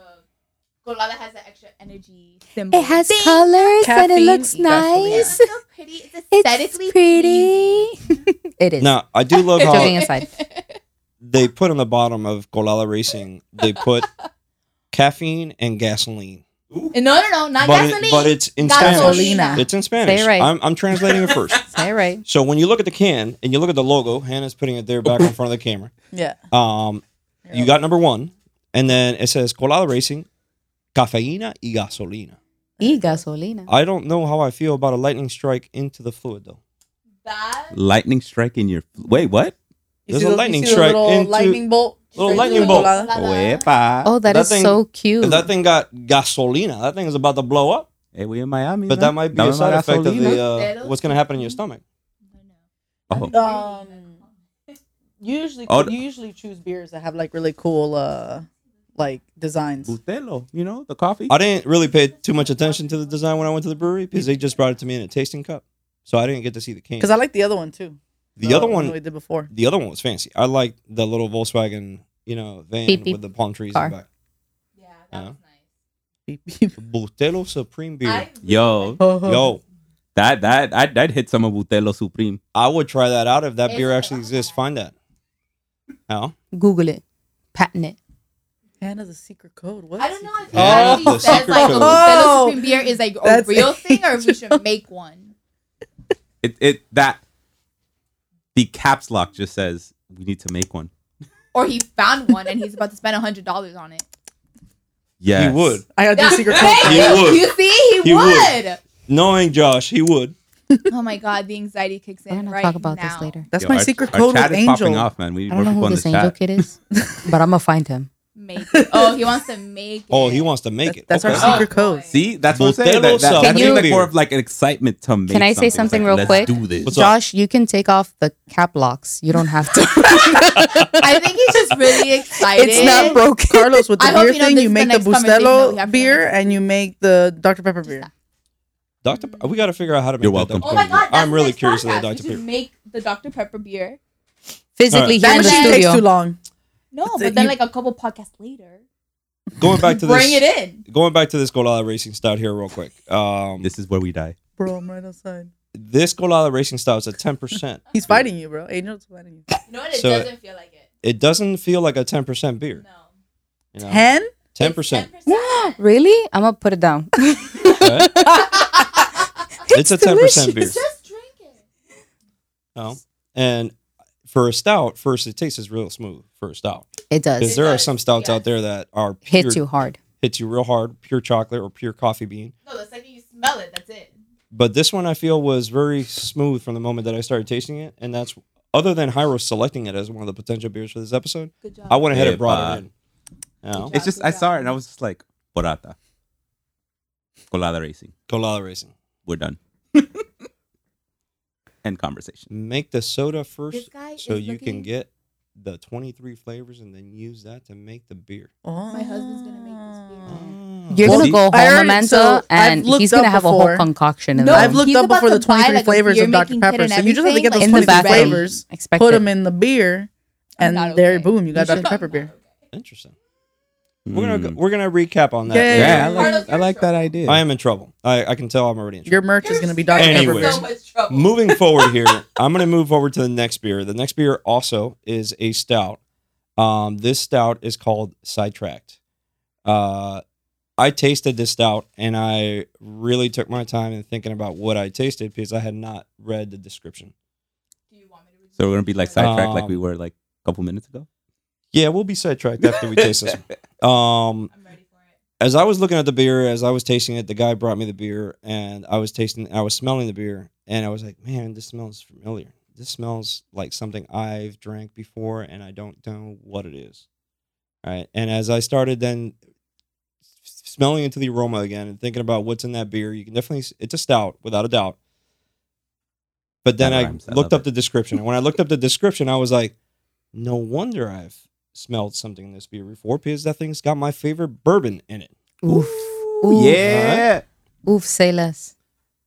Golada has that extra energy symbol.
It has
Ding!
colors and it
Caffeine
looks
definitely
Yeah, it's
nice.
so pretty. It's
It's
aesthetically
pretty.
It is.
Now, I do love
Joking
how
aside.
they put on the bottom of Golala Racing, they put caffeine and gasoline.
No, no, no, not
but,
Uh, gasoline.
It, but it's in Spanish.
Gasolina.
It's in Spanish.
Say it right.
I'm, I'm translating it first.
Say it right.
So when you look at the can and you look at the logo, Hannah's putting it there back in front of the camera.
Yeah.
Um, you got number one, and then it says Colada Racing, cafeína y gasolina.
E gasolina.
I don't know how I feel about a lightning strike into the fluid though.
That
Lightning strike in your wait what?
You
There's
see
a
the- you
lightning
see the
strike
Little
into-
lightning bolt.
Little
straight
Oh, lightning
through
bolt.
Golada?
Golada.
Uepa.
Oh,
that
that is
thing-
so cute.
If that thing got gasolina, that thing is about to blow up.
Hey, we in Miami.
But
man.
that
Mm-hmm.
might be
Dame
a side
más
effect of the
gasolina.
uh, what's going to happen in your stomach.
Oh.
Um, you usually
Oh,
you usually choose beers that have like really cool uh like designs.
Bustelo, you know the coffee.
I didn't really pay too much attention to the design when I went to the brewery because they just brought it to me in a tasting cup, so I didn't get to see the can.
Because I like Oh, the other one too.
The other one
we did before.
The other one was fancy. I liked the little Volkswagen, you know, van
Beep, beep.
with the palm trees
Car.
in the back.
Yeah,
Yeah.
that was nice.
Beep, beep.
Bustelo Supreme beer.
I really
Yo,
Yo,
that that I'd, I'd hit some of Bustelo Supreme.
I would try that out if that beer
It's-
actually exists. Find that. How?
Google it. Patent it.
Hannah's a secret code. What?
I don't know if it
Oh.
Yeah,
actually
the
says
secret
like
code.
a Modelo
Oh,
Supreme beer is like a
that's
real
it.
thing or we should make one.
It it that the caps lock just says we need to make one.
Or he found one and he's about to spend hundred dollars on it.
Yeah,
He would.
I gotta do
Yeah.
secret
Hey,
code.
He would.
You see, he,
He
would.
would. Knowing Josh, he would.
Oh my god, the anxiety kicks
We're
in.
gonna
right
talk about
now.
this later.
That's
Yo,
my
our-
secret
our
code
chat
with
is
Angel.
popping off, man. We
I don't
we're
know who
on
this
the
angel
chat.
kid is, but I'm gonna find him.
Make it. Oh, he wants to make it.
Oh, he wants to make it.
That's
okay.
our secret
Oh,
code.
boy.
See, that's what I'm saying.
Bustelo
That, that,
Supreme
that's
Can
like
you-
more of like an excitement to make.
Can I say something
It's
real
like,
quick?
Let's do this.
What's up?
Josh, you can take off the cap locks. You don't have to.
I think he's just really excited.
it's not broken.
Carlos, with the
I hope
beer
you know
thing,
this
you
is
make
the
the
next conversation that we
Bustelo
have to
beer
have.
and you make the Dr. Pepper beer.
Dr. Pe- we got to figure out how to make
You're
that
welcome.
Dr.
Oh my
Pepper
god,
beer.
that's
I'm really
next
curious about
podcast.
Dr.
We should
Pepper.
Make the Dr Pepper beer.
Physically
That
here in the
machine
shit takes too
studio.
long.
No,
It's-
but then
you-
like a couple podcasts later,
Going back to this.
bring it in.
Going back to this Golada Racing Stout here real quick. Um, this,
This is where we die.
Bro, I'm right outside.
this Golada Racing Stout is a 10%.
He's fighting you, bro. Angel's fighting you.
You know what? It
So-
doesn't feel like it.
It doesn't feel like a 10% beer.
No.
You know?
Ten?
10%.
Really? I'm gonna put it down.
right? It's, a 10% beer.
Just drink it.
No. And for a stout, first it tastes is real smooth for a stout.
It
Because
does.
there are
does,
some stouts
yeah.
out there that are pure,
Hits you hard.
hits you real hard, pure chocolate or pure coffee bean.
No, the second you smell it, that's it.
But this one I feel was very smooth from the moment that I started tasting it, and that's other than Hyro selecting it as one of the potential beers for this episode,
Good job.
I went ahead and
Yeah,
brought it
but-
in. You know,
It's just I saw it and I was just like, Borata, Colada Racing.
Colada Racing.
We're done. End conversation.
Make the soda first,
guy
so
is
you can
looking-
get the twenty-three flavors, and then use that to make the beer.
Oh.
My husband's gonna make this beer.
You're
Well,
gonna
see-
go home,
I already-
Memento,
so I've
and
looked
he's gonna
up
have a
before.
whole concoction. In
No,
there.
I've looked
He's
up
about
before
to
the
buy,
23
like, a
flavors of Dr.
beer-making kit
Pepper.
and
So you just have to get those
everything,
in the
23
like,
bathroom.
flavors,
Expect
put
it.
them in the beer,
I'm
and
not
there,
okay.
boom, you got
You
Dr.
should-
Pepper beer.
Interesting. We're gonna go,
Mm.
we're gonna recap on that.
Yeah,
later.
Yeah, I
Part
like,
of
I like
your
that
show.
idea.
I am in trouble. I, I can tell I'm already in trouble.
Your merch is going to be Dr.
Anyway.
Pepper
So
beer.
much trouble.
Moving forward here, I'm going to move over to the next beer. The next beer also is a stout. Um, this stout is called Sidetracked. Uh, I tasted this stout and I really took my time in thinking about what I tasted because I had not read the description.
Do you want me to-
So we're gonna be like sidetracked, like
Um,
we were like a couple minutes ago.
Yeah, we'll be sidetracked after we taste this. one. Um,
I'm ready for it.
as I was looking at the beer, as I was tasting it, the guy brought me the beer, and I was tasting, I was smelling the beer, and I was like, man, this smells familiar. This smells like something I've drank before, and I don't know what it is. All right. And as I started then smelling into the aroma again and thinking about what's in that beer, you can definitely, s- it's a stout without a doubt. But then
That
I
rhymes. I
looked
love
up the description, and when I looked up the description, I was like, no wonder I've smelled something in this beer before because that thing's got my favorite bourbon in it.
Oof.
Ooh,
Oof.
yeah.
Oof. Say less.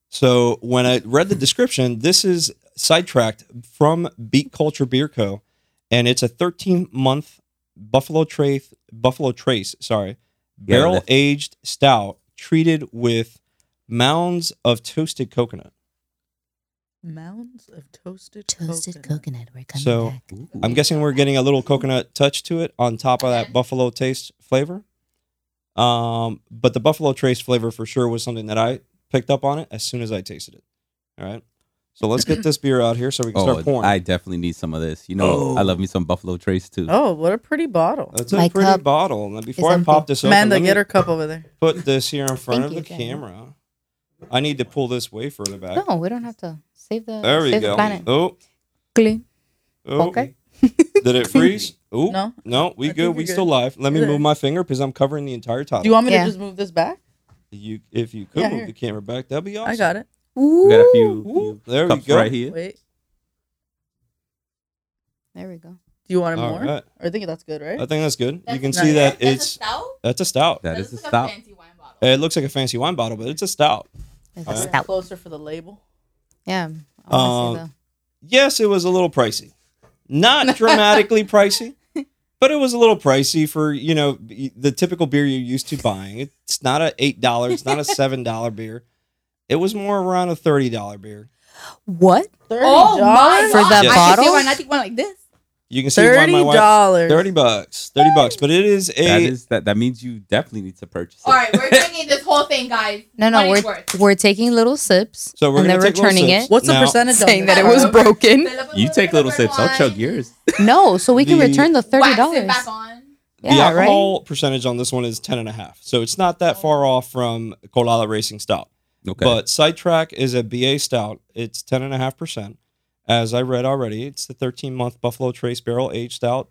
So when I read the description, this is sidetracked from Beat Culture Beer Co. And it's a 13 month Buffalo Trace Buffalo Trace, sorry,
Yeah,
barrel
that's-
aged stout treated with mounds of toasted coconut.
Mounds of toasted
Toasted coconut. We're coming
So-
back.
I'm guessing we're getting a little coconut touch to it on top of that buffalo taste flavor. Um, but the buffalo trace flavor for sure was something that I picked up on it as soon as I tasted it. All right. So let's get this beer out here so we can
Oh,
start pouring.
I definitely need some of this. You know, I love me some Buffalo Trace too.
Oh, what a pretty bottle.
That's a
My
pretty
cup
bottle. Now, before I
empty.
pop this open,
Amanda,
let me
get her cup over there.
put this here in front
Thank
of
you,
the
Jen.
camera. I need to pull this way further back.
No, we don't have to save the.
there we
save
go.
The planet.
Oh,
Clean.
oh.
Okay.
Did it freeze? Oh,
No.
No, we
I think
good.
you're
We
good.
still live. Let me
You're
move
good.
my finger because I'm covering the entire top.
Do you want me
Yeah.
to just move this back?
You, if you could
Yeah,
move
here.
the camera back, that'd be awesome.
I got it.
Ooh.
We got a few,
Ooh,
few
there we
cups
go.
right here.
Wait.
There we go.
Do you want it
All
more?
right.
I think that's good, right?
I think that's good. you
That's
can
a
see
nice.
that
That's a
it's
stout?
that's a stout.
That
looks
is a
like
stop.
fancy wine bottle.
It looks like a fancy wine bottle, but it's a stout.
There's
All
a
right.
Get
stout.
Closer for the label.
Yeah. I wanna see
Um,
the-
Yes, it was a little pricey. Not dramatically pricey, but it was a little pricey for, you know, the typical beer you're used to buying. It's not a $8, it's not a $7 beer. It was more around a $30 beer.
what?
Thirty
Oh my
dollars.
For
God.
the
I can see
bottle?
why not take one like this.
You can see why my
Thirty
wife
dollars.
30 bucks. 30 bucks, but it is a
That is that. That means you definitely need to purchase it.
All right, we're drinking this whole thing, guys.
No, no,
Money's
we're
worth.
we're taking little sips
So we're
and then
gonna take little
returning
sips.
it,
What's
Now-
the percentage? on
saying
this?
that it was
Uh,
broken.
Fill up a
You take
bit of
little
red
sips. I'll
wine,
chug yours.
No, so we can
The-
return the thirty
wax it
dollars.
back on.
Yeah,
the
right.
alcohol percentage on this one is 10 and a half. So it's not that far off from Colada Racing Stout.
Okay.
But Sidetrack is a BA stout. It's 10.5%. As I read already, it's the 13 month Buffalo Trace barrel aged stout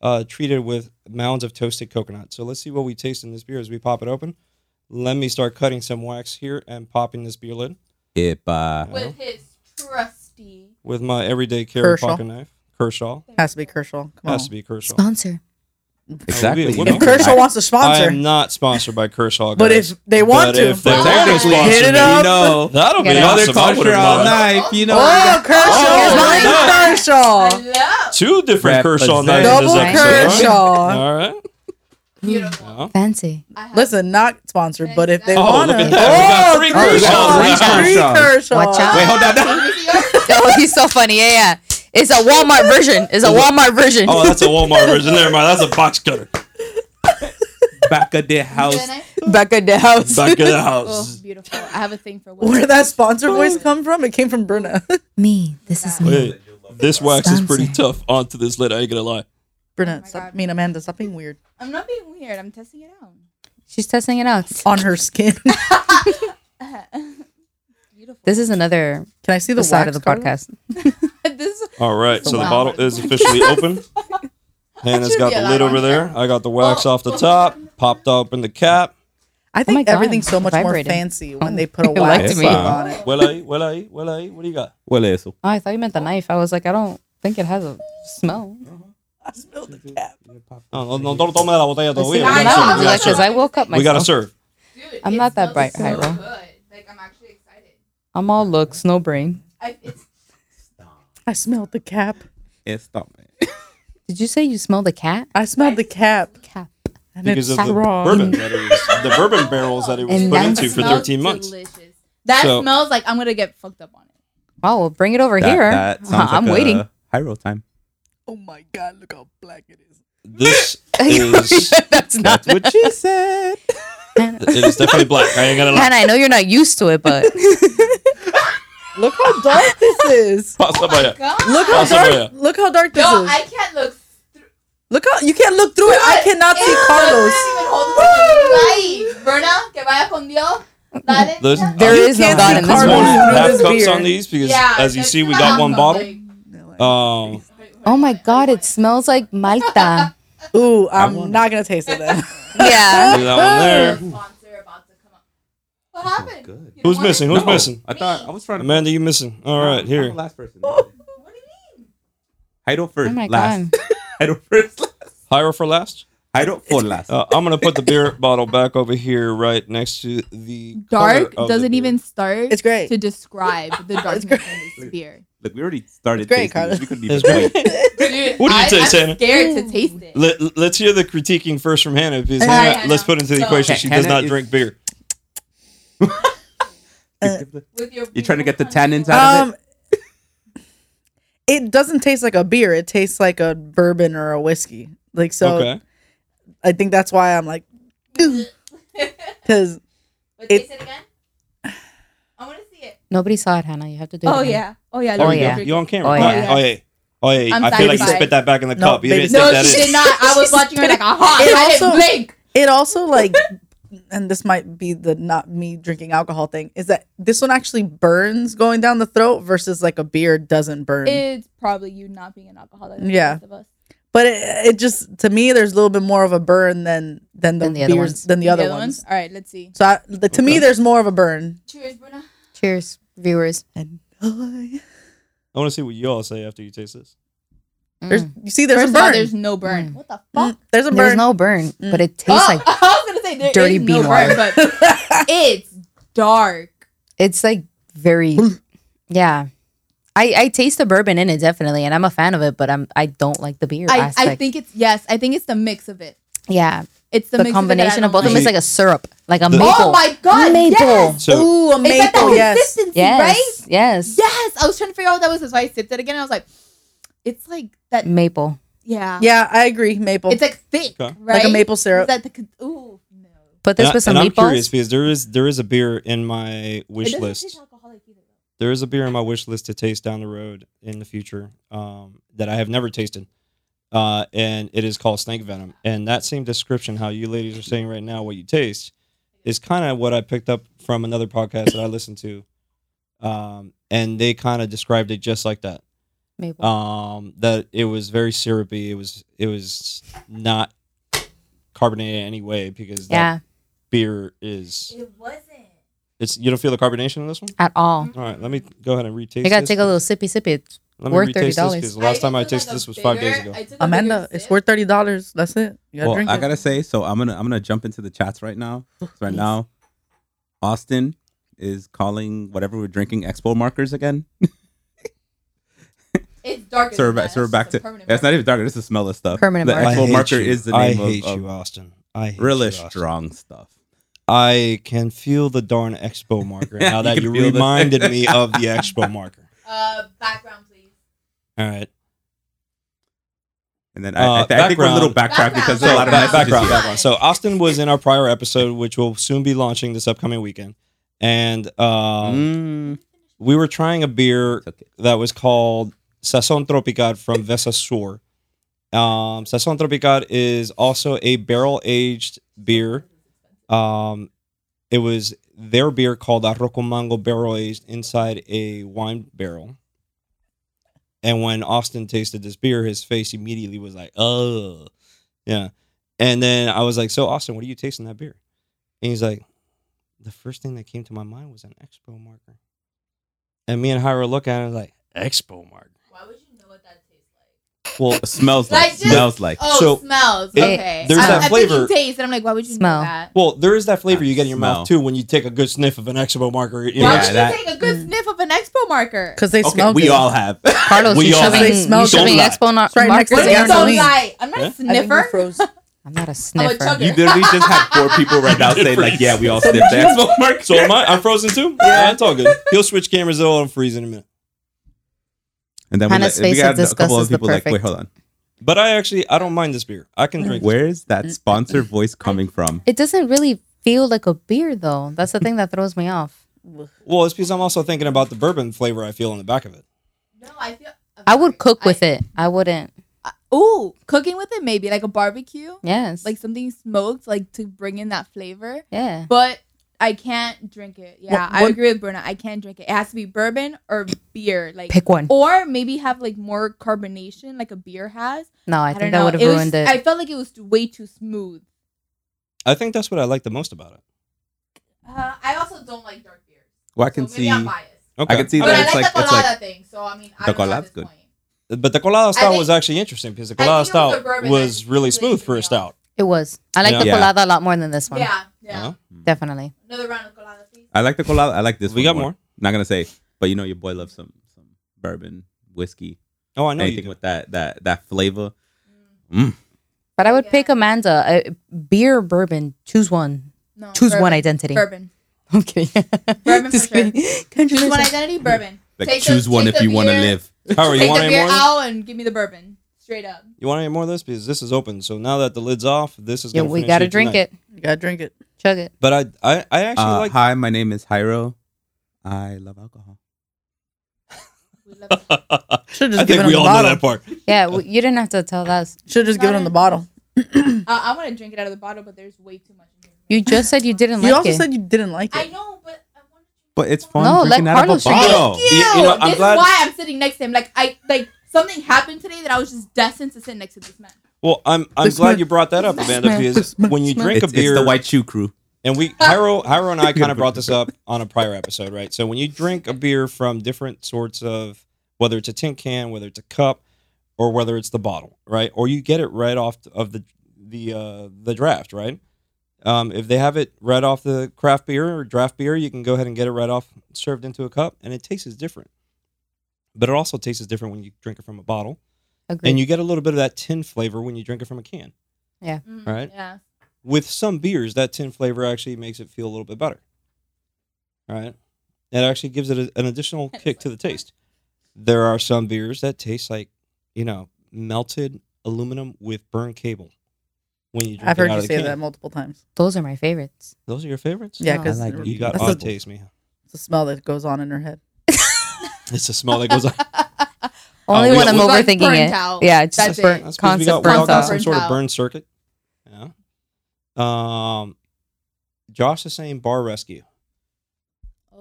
uh, treated with mounds of toasted coconut. So let's see what we taste in this beer as we pop it open. Let me start cutting some wax here and popping this beer lid
if uh,
with his trusty.
with my everyday carry
Kershaw. Oh.
pocket knife. Kershaw.
Has to be Kershaw. Come on.
Has to be Kershaw.
Sponsor.
exactly.
If
you
If
know,
Kershaw
I-
wants to
I
sponsor,
am not sponsored by Kershaw.
but
guys.
if they want
But
to,
if they're
Oh.
technically
hit
sponsored
it
me,
up.
No.
that'll be
Get out.
Another
awesome. I
culture
would've
all
loved that.
night. You know.
Oh,
Oh,
Kershaw!
I
Kershaw!
love
Two different Kershaw knives.
Represent.
Double
this episode, huh?
Kershaw!
All right.
beautiful.
Well.
Fancy.
I have-
Listen, not sponsored, but if they
Oh,
want
look
to.
at that.
Oh,
We
three
got three
Kershaws.
Kershaw!
Three
Three Kershaw!
Watch out.
Wait, hold on. No.
Is it yours?
Oh, he's so funny. Yeah, yeah. It's a Walmart version. It's a Walmart version.
Oh, that's a Walmart version. Never mind. That's a box cutter.
Back of the house.
Then I-
Back at the house.
Back of the
Oh,
house.
beautiful. I have a thing for women.
Where did that sponsor voice come from? It came from Bruna.
Me. This is me.
Wait, this wax is pretty tough onto this lid. I ain't gonna lie.
Oh
Bruna,
my
stop.
God.
I mean, Amanda, stop being weird
I'm not being weird. I'm testing it out.
She's testing it out.
on her skin. Can
Beautiful.
This is another
I see the
the side of the
wax color?
podcast.
this is
All right, so the
Wow.
bottle is officially open. Hannah's
should
got
be
the
allowed
lid over
on
there. I got the wax
Oh.
off the top, popped up in the cap.
I
Oh my
think
God,
everything's so
it's
much
vibrating.
more fancy when
Oh,
they put a
it
wax
liked
lid
me.
on it.
Well, I, well, I, well, I. What do you got?
Well, eso.
Oh, I thought you meant the knife. I was like, I don't think it has a smell.
I spilled the cap.
Oh, no, no, don't tome de la botella
Let's see
todavía. We
what it
I know,
gotta
I
smells
serve.
was
like,
like-
Because I woke up myself.
We gotta serve.
Dude,
I'm
it
not that
smells
bright, Hyrule.
good. Like I'm actually excited.
I'm all looks, no brain.
I, it's
I smelled the cap.
Stop
Did you say you smell the cat?
I smelled the cap.
Cap.
And
Because of
it's
the
wrong.
bourbon that it was, the bourbon barrels that it was
And
put
that
into for
smells
13 months.
delicious. That
So-
smells like I'm gonna get fucked up on it.
Oh, well, bring it over
That,
here. Uh-huh,
that sounds
I'm
like
waiting.
A Hyrule time.
Oh my god, look how black it is.
This is
That's not.
That's what she said.
Hannah,
it is definitely black. I ain't gonna lie.
Hannah, I know you're not used to it, but
Look how dark this is.
Pasta baya.
God.
Look how
Pasta baya.
dark. Look how dark this
no,
is.
I can't look.
Look how you can't look through it. I cannot see Carlos.
Carlos. Verna, que vaya con Dios. Dale.
There's-
there
You
is no
can't
God in
see
This
this
one
one.
Carlos. Carbonated
half
this
cups
beer.
on these because,
Yeah,
as you
that's
see, we
what
got
I'm
one bottle.
like-
Um,
Oh my God, it smells like Malta.
Ooh, I'm not gonna taste it then.
Yeah.
do that one there.
Sponsor about to come up. What happened?
good.
You don't
Who's
want
missing?
it?
Who's
No,
missing?
I thought I was trying to.
Amanda, you missing? All right,
I'm
here.
the last person.
What do you mean?
Hyrule
Oh
first.
my
last.
God.
Hyrule first. Last.
Hyrule for last.
Jairo Forlas.
Uh, I'm gonna put the beer bottle back over here, right next to the color
Dark
of the
doesn't
beer.
even start
It's great.
to describe the darkness
great.
in this beer.
Look, we already started.
It's great,
tasting this.
Carlos.
We couldn't
It's
even wait.
Dude,
What did you
I-
say,
I'm
Santa?
scared to taste it.
Let, let's hear the critiquing first from Hannah because
Uh,
Hannah,
Hannah.
let's put into the
So-
equation she does
Hannah
not
is-
drink beer.
With your-
You trying to get the
with your
tannins out of it?
Um, it doesn't taste like a beer. It tastes like a bourbon or a whiskey. Like so,
okay.
I think that's why I'm like, because
But
It-
taste it again. I want to see it.
Nobody saw it, Hannah. You have to do it.
Oh
again.
yeah. Oh yeah.
Oh,
Oh,
Look,
yeah.
yeah.
look.
You're on camera.
Oh, yeah.
Oh, yeah. Oh, yeah.
I'm
I feel like you
satisfied.
spit that back in the
No,
cup. You
baby
didn't take
steps.
No,
that
she
in.
did not. I was watching her like a hawk.
It
and I
also-
didn't blink.
it also like, and this might be the not me drinking alcohol thing is that this one actually burns going down the throat versus like a beer doesn't burn.
It's probably you not being an alcoholic. like the
Yeah.
rest of us.
but it, it just to me, there's a little bit more of a burn than than the,
Than the
beers
other ones.
than the other ones.
All right, let's see.
So I, the, to me,
Okay.
there's more of a burn.
Cheers, Bruna.
Cheers, viewers.
And
I want to see what y'all say after you taste this.
there's
Mm.
you see, there's
First
a
of all,
burn.
there's no burn.
Mm.
What the fuck?
Mm, there's a burn.
There's no burn,
Mm.
but it tastes
Oh,
like
I was gonna say there
dirty
is
bean
no burn,
water.
but it's dark.
it's like very, yeah. I, I taste the bourbon in it definitely, and I'm a fan of it, but I'm I don't like the beer
I,
aspect.
I think it's yes. I think it's the mix of it.
yeah,
It's the,
the,
mix of it that
combination
I
of, both of
don't
them is
like.
like a syrup, like a
The-
maple.
Oh my god!
maple.
Yes.
So,
Ooh, a
It's got
maple.
that
Yes.
consistency,
Yes,
right?
yes,
Yes. I was trying to figure out what that was. That's why I sipped it again. I was like, it's like that.
maple.
Yeah.
Yeah, I agree. Maple.
It's like thick,
Okay.
right?
Like a maple
Is
syrup.
that the con- ooh no?
Put this
and, I-
with some
and I'm
meatballs.
curious because there is there is a beer in my wish
it doesn't
list.
taste alcoholic either. though.
There is a beer in my wish list to taste down the road in the future um, that I have never tasted. Uh, and it is called Snake Venom. And that same description, how you ladies are saying right now what you taste, is kind of what I picked up from another podcast that I listened to. Um, and they kind of described it just like that.
Maple.
Um, that it was very syrupy. It was it was not carbonated in any way because
yeah,
that beer is
It wasn't.
it's you don't feel the carbonation in this one?
at all.
All right, let me go ahead and retaste.
I gotta
this.
take a little sippy sippy. It's
Let
Worth
me retaste this
$30.
because the last time I
took, like,
tasted
a
this was five days
bigger-
ago.
I took a
Amanda,
bigger
it's
sip.
worth thirty dollars. That's it. You gotta
Well,
drink
I
it.
gotta say, so I'm gonna I'm gonna jump into the chats right now. So right now, Austin is calling whatever we're drinking expo markers again.
It's darker.
So we're
than
back.
that.
So we're
It's
back
just a
to.
permanent
It's not
marker.
even darker. This is smell of stuff.
Permanent
The
marker.
I
expo
hate
marker
you.
is the
I
name of-
hate
of,
you, Austin. I hate
really
you, Austin.
strong stuff.
I can feel the darn expo marker now
You
that
can
you
feel the-
reminded me of the expo marker.
Uh, background, please.
All right.
And then
Uh,
I, I, th- I think we're a little backtrack
background.
because
So,
there's a lot of
back-
messages
background,
here.
background. So Austin was in our prior episode, which will soon be launching this upcoming weekend, and um,
Mm,
we were trying a beer
it's okay.
that was called Sazon Tropical from Vesa Sur. Um, Sazon Tropical is also a barrel aged beer. Um, it was their beer called Arroco Mango barrel aged inside a wine barrel. And when Austin tasted this beer, his face immediately was like, oh, yeah. And then I was like, so Austin, what are you tasting that beer? And he's like, the first thing that came to my mind was an expo marker. And me and Hyra look at it like, expo marker.
Why would you know what that tastes like?
Mm.
Well,
Smells
Like,
like,
just-
smells like.
Oh,
So,
smells.
it-
okay.
there's
I'm-
that
I'm
flavor.
thinking taste, and I'm like, why would you
Smell.
know that?
well, there is that flavor you get in your
Smell.
mouth too when you take a good sniff of an expo marker. You know?
why would
Yeah,
you
that-
take a
Mm.
good sniff of an expo marker?
Because they
Okay,
smell
we
good.
all have.
Carlos,
we
you
all
shoving,
They
have.
smell
you
good.
shoving
Don't lie.
expo
It's right
markers
next to
What
in
do you
your
mean,
Gasoline.
don't
nose.
lie? I'm not
Yeah? I
a
I think we
sniffer.
froze.
I'm not a
I'm a
sniffer.
chugger.
You literally just had four people right now saying like, yeah, we all sniffed the expo marker.
So am I. I'm frozen too. Yeah, it's all good. He'll switch cameras though. I'm freeze in a minute.
And then we,
Hannah's
let- we
face
got a
of
couple
disgust
of
is the
people like, wait,
perfect-
hold on.
But I actually I don't mind this beer. I can drink. this.
Where's that sponsor voice coming from?
It doesn't really feel like a beer though. That's the thing that throws me off.
Well, it's because I'm also thinking about the bourbon flavor I feel in the back of it.
No, I feel.
I would cook with it. I wouldn't.
Ooh, cooking with it maybe like a barbecue,
Yes.
like something smoked, like to bring in that flavor.
yeah.
But I can't drink it. Yeah,
What-
I
what-
agree with Bruna. I can't drink it. It has to be bourbon or beer, like
Pick one.
or maybe have like more carbonation, like a beer has.
No, I,
I,
think
don't
that
know.
would have
It was-
ruined it.
I felt like it was way too smooth.
I think that's what I like the most about it.
Uh, I also don't like dark beer.
Well, I can see.
biased.
Okay,
can see
I
that
mean,
it's like- it's like-
thing. So I mean,
The colada's good.
But the colada style
think-
was actually interesting because the
I think it
colada
was the
style
bourbon that
was really
completely
smooth
threw
for
me
a
off.
stout.
It was. I like the
Yeah.
colada a lot more than this one.
Yeah, yeah.
Uh-huh.
Huh?
Definitely.
Another round of colada, please.
I like the colada. I like this.
We
one
got more.
Not gonna say, but you know your boy loves some some bourbon whiskey.
Oh, I know. You
Anything
do.
with that that that flavor.
But I would
Yeah.
pick Amanda. Uh, beer, or bourbon, choose one.
No.
Choose
bourbon.
one identity.
Bourbon.
I'm kidding.
Bourbon for
Just
sure.
kidding.
Choose one
Controversial.
identity. Bourbon.
Like
Take the-
choose one
take
if
the
you want to
beer.
live.
Howard, you
Take
want
the
any
beer
more?
out and give me the bourbon straight up.
You want any more of this because this is open. So now that the lid's off, this is.
Yeah,
gonna
we
finish
gotta
it
drink
tonight.
it.
You gotta drink it.
Chug it.
But I, I, I actually
Uh,
like.
hi, my name is Hyro. I love alcohol.
We love it. Uh,
Should have
I
just given
think
him
we
the
all know that
bottle.
part.
Yeah, well, you didn't have to tell us.
Should have just given him the bottle.
uh, I want to drink it out of the bottle, but there's way too much. in here.
You just said you didn't
You
like
also
it.
said you didn't like
I
it.
know, but I want to.
But it's fun
No,
drinking
let
out
Carlos
of a
drink it.
bottle.
You- you know, I'm
this
glad-
is why I'm sitting next to him. Like I like something happened today that I was just destined to sit next to this man.
Well, I'm I'm
This
glad
man-
you brought that up,
this
Amanda,
man-
because when you
this man-
drink
It's,
a
it's
beer,
the white shoe crew.
and we Hyro Hyro and I kind of brought this up on a prior episode, right? So when you drink a beer from different sorts of whether it's a tin can, whether it's a cup, or whether it's the bottle, right? Or you get it right off of the the uh, the draft, right? Um, if they have it right off the craft beer or draft beer, you can go ahead and get it right off served into a cup, and it tastes different. But it also tastes different when you drink it from a bottle,
Agreed.
and you get a little bit of that tin flavor when you drink it from a can.
Mm,
Right.
Yeah.
with some beers, that tin flavor actually makes it feel a little bit better. All right. It actually gives it a, an additional kick to the taste. There are some beers that taste like, you know, melted aluminum with burned cable. When you drink
I've
it
heard
out
you
of the
say
can.
that multiple times.
Those are my favorites.
Those are your favorites?
Yeah,
I
because
like it.
You got
That's
odd
a-
taste, Mija.
it's the smell that goes on in her head.
It's a smell that goes on.
Only
Oh, we-
when I'm
we
like
overthinking
burnt
it.
out.
Yeah, it's
That's
just a burnt
it.
That's because we got,
concept
we all
burnt
got
out.
some
Burnt
sort of
out.
burn circuit. Yeah. Um, Josh is saying bar rescue.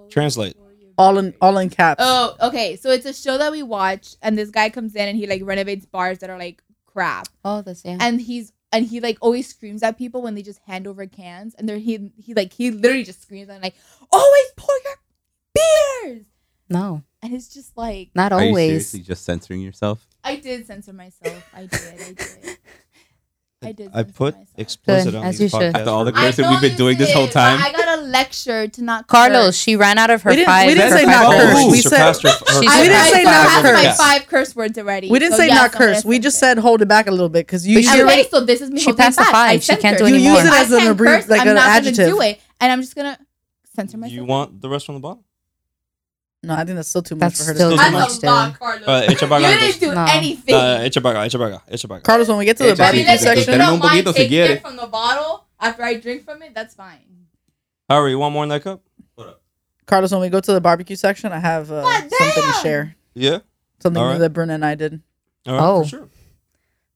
Translate.
All in all in caps.
Oh, okay. So it's a show that we watch, and this guy comes in and he like renovates bars that are like crap,
Mm-hmm.
Oh, that's yeah.
and he's and he like always screams at people when they just hand over cans, and they're he he like he literally just screams and like always pour your beers,
No,
and it's just like
not
Are you
always.
seriously just censoring yourself?
I did censor myself. I did. I did. I did.
I
censor
put
myself.
explicit
Good,
on
as
these
you should.
podcasts.
After all the
I
cursing
know
we've been
you
doing this
did,
whole
but
time.
I got a lecture to not.
Carlos,
curse.
she ran out of her
We didn't-
five.
we didn't
her
say
five
not
words.
curse.
Oh,
We
surpassed her- her
We
I,
didn't
I
say not
surpassed my
curse.
five curse words already.
we didn't
so
say
yes,
not
I'm gonna
curse. We
censor
just
it.
said hold it back a little bit because you
But
usually
Okay,
you're
already
so this is me.
she
holding
passed the
back. I
five. She can't do
censored.
You anymore. use
it as
I
an
can't
abbrev-
curse.
like
I'm
an
not
adjective.
Gonna do it, and I'm just gonna censor myself.
You want the rest from the bottle?
No, I think that's still too much
That's
for her
still
to
too
say.
much.
That's a lot, Carlos.
Uh, it's about
you
like
didn't
this.
do
No.
anything.
Uh, echa para acá, echa para acá, echa para acá.
Carlos, when we get to the
Exactly.
I
bottle
mean,
Exactly.
listen, if
section,
you
Tenemos un
don't mind
poquito si
taking
quiere.
it from the bottle after I drink from it, that's fine.
Howard, you want more in that cup?
Carlos, when we go to the barbecue section, I have uh,
God
something to
damn!
share.
Yeah.
Something
All right.
that Bruna and I did.
All right,
Oh.
For sure.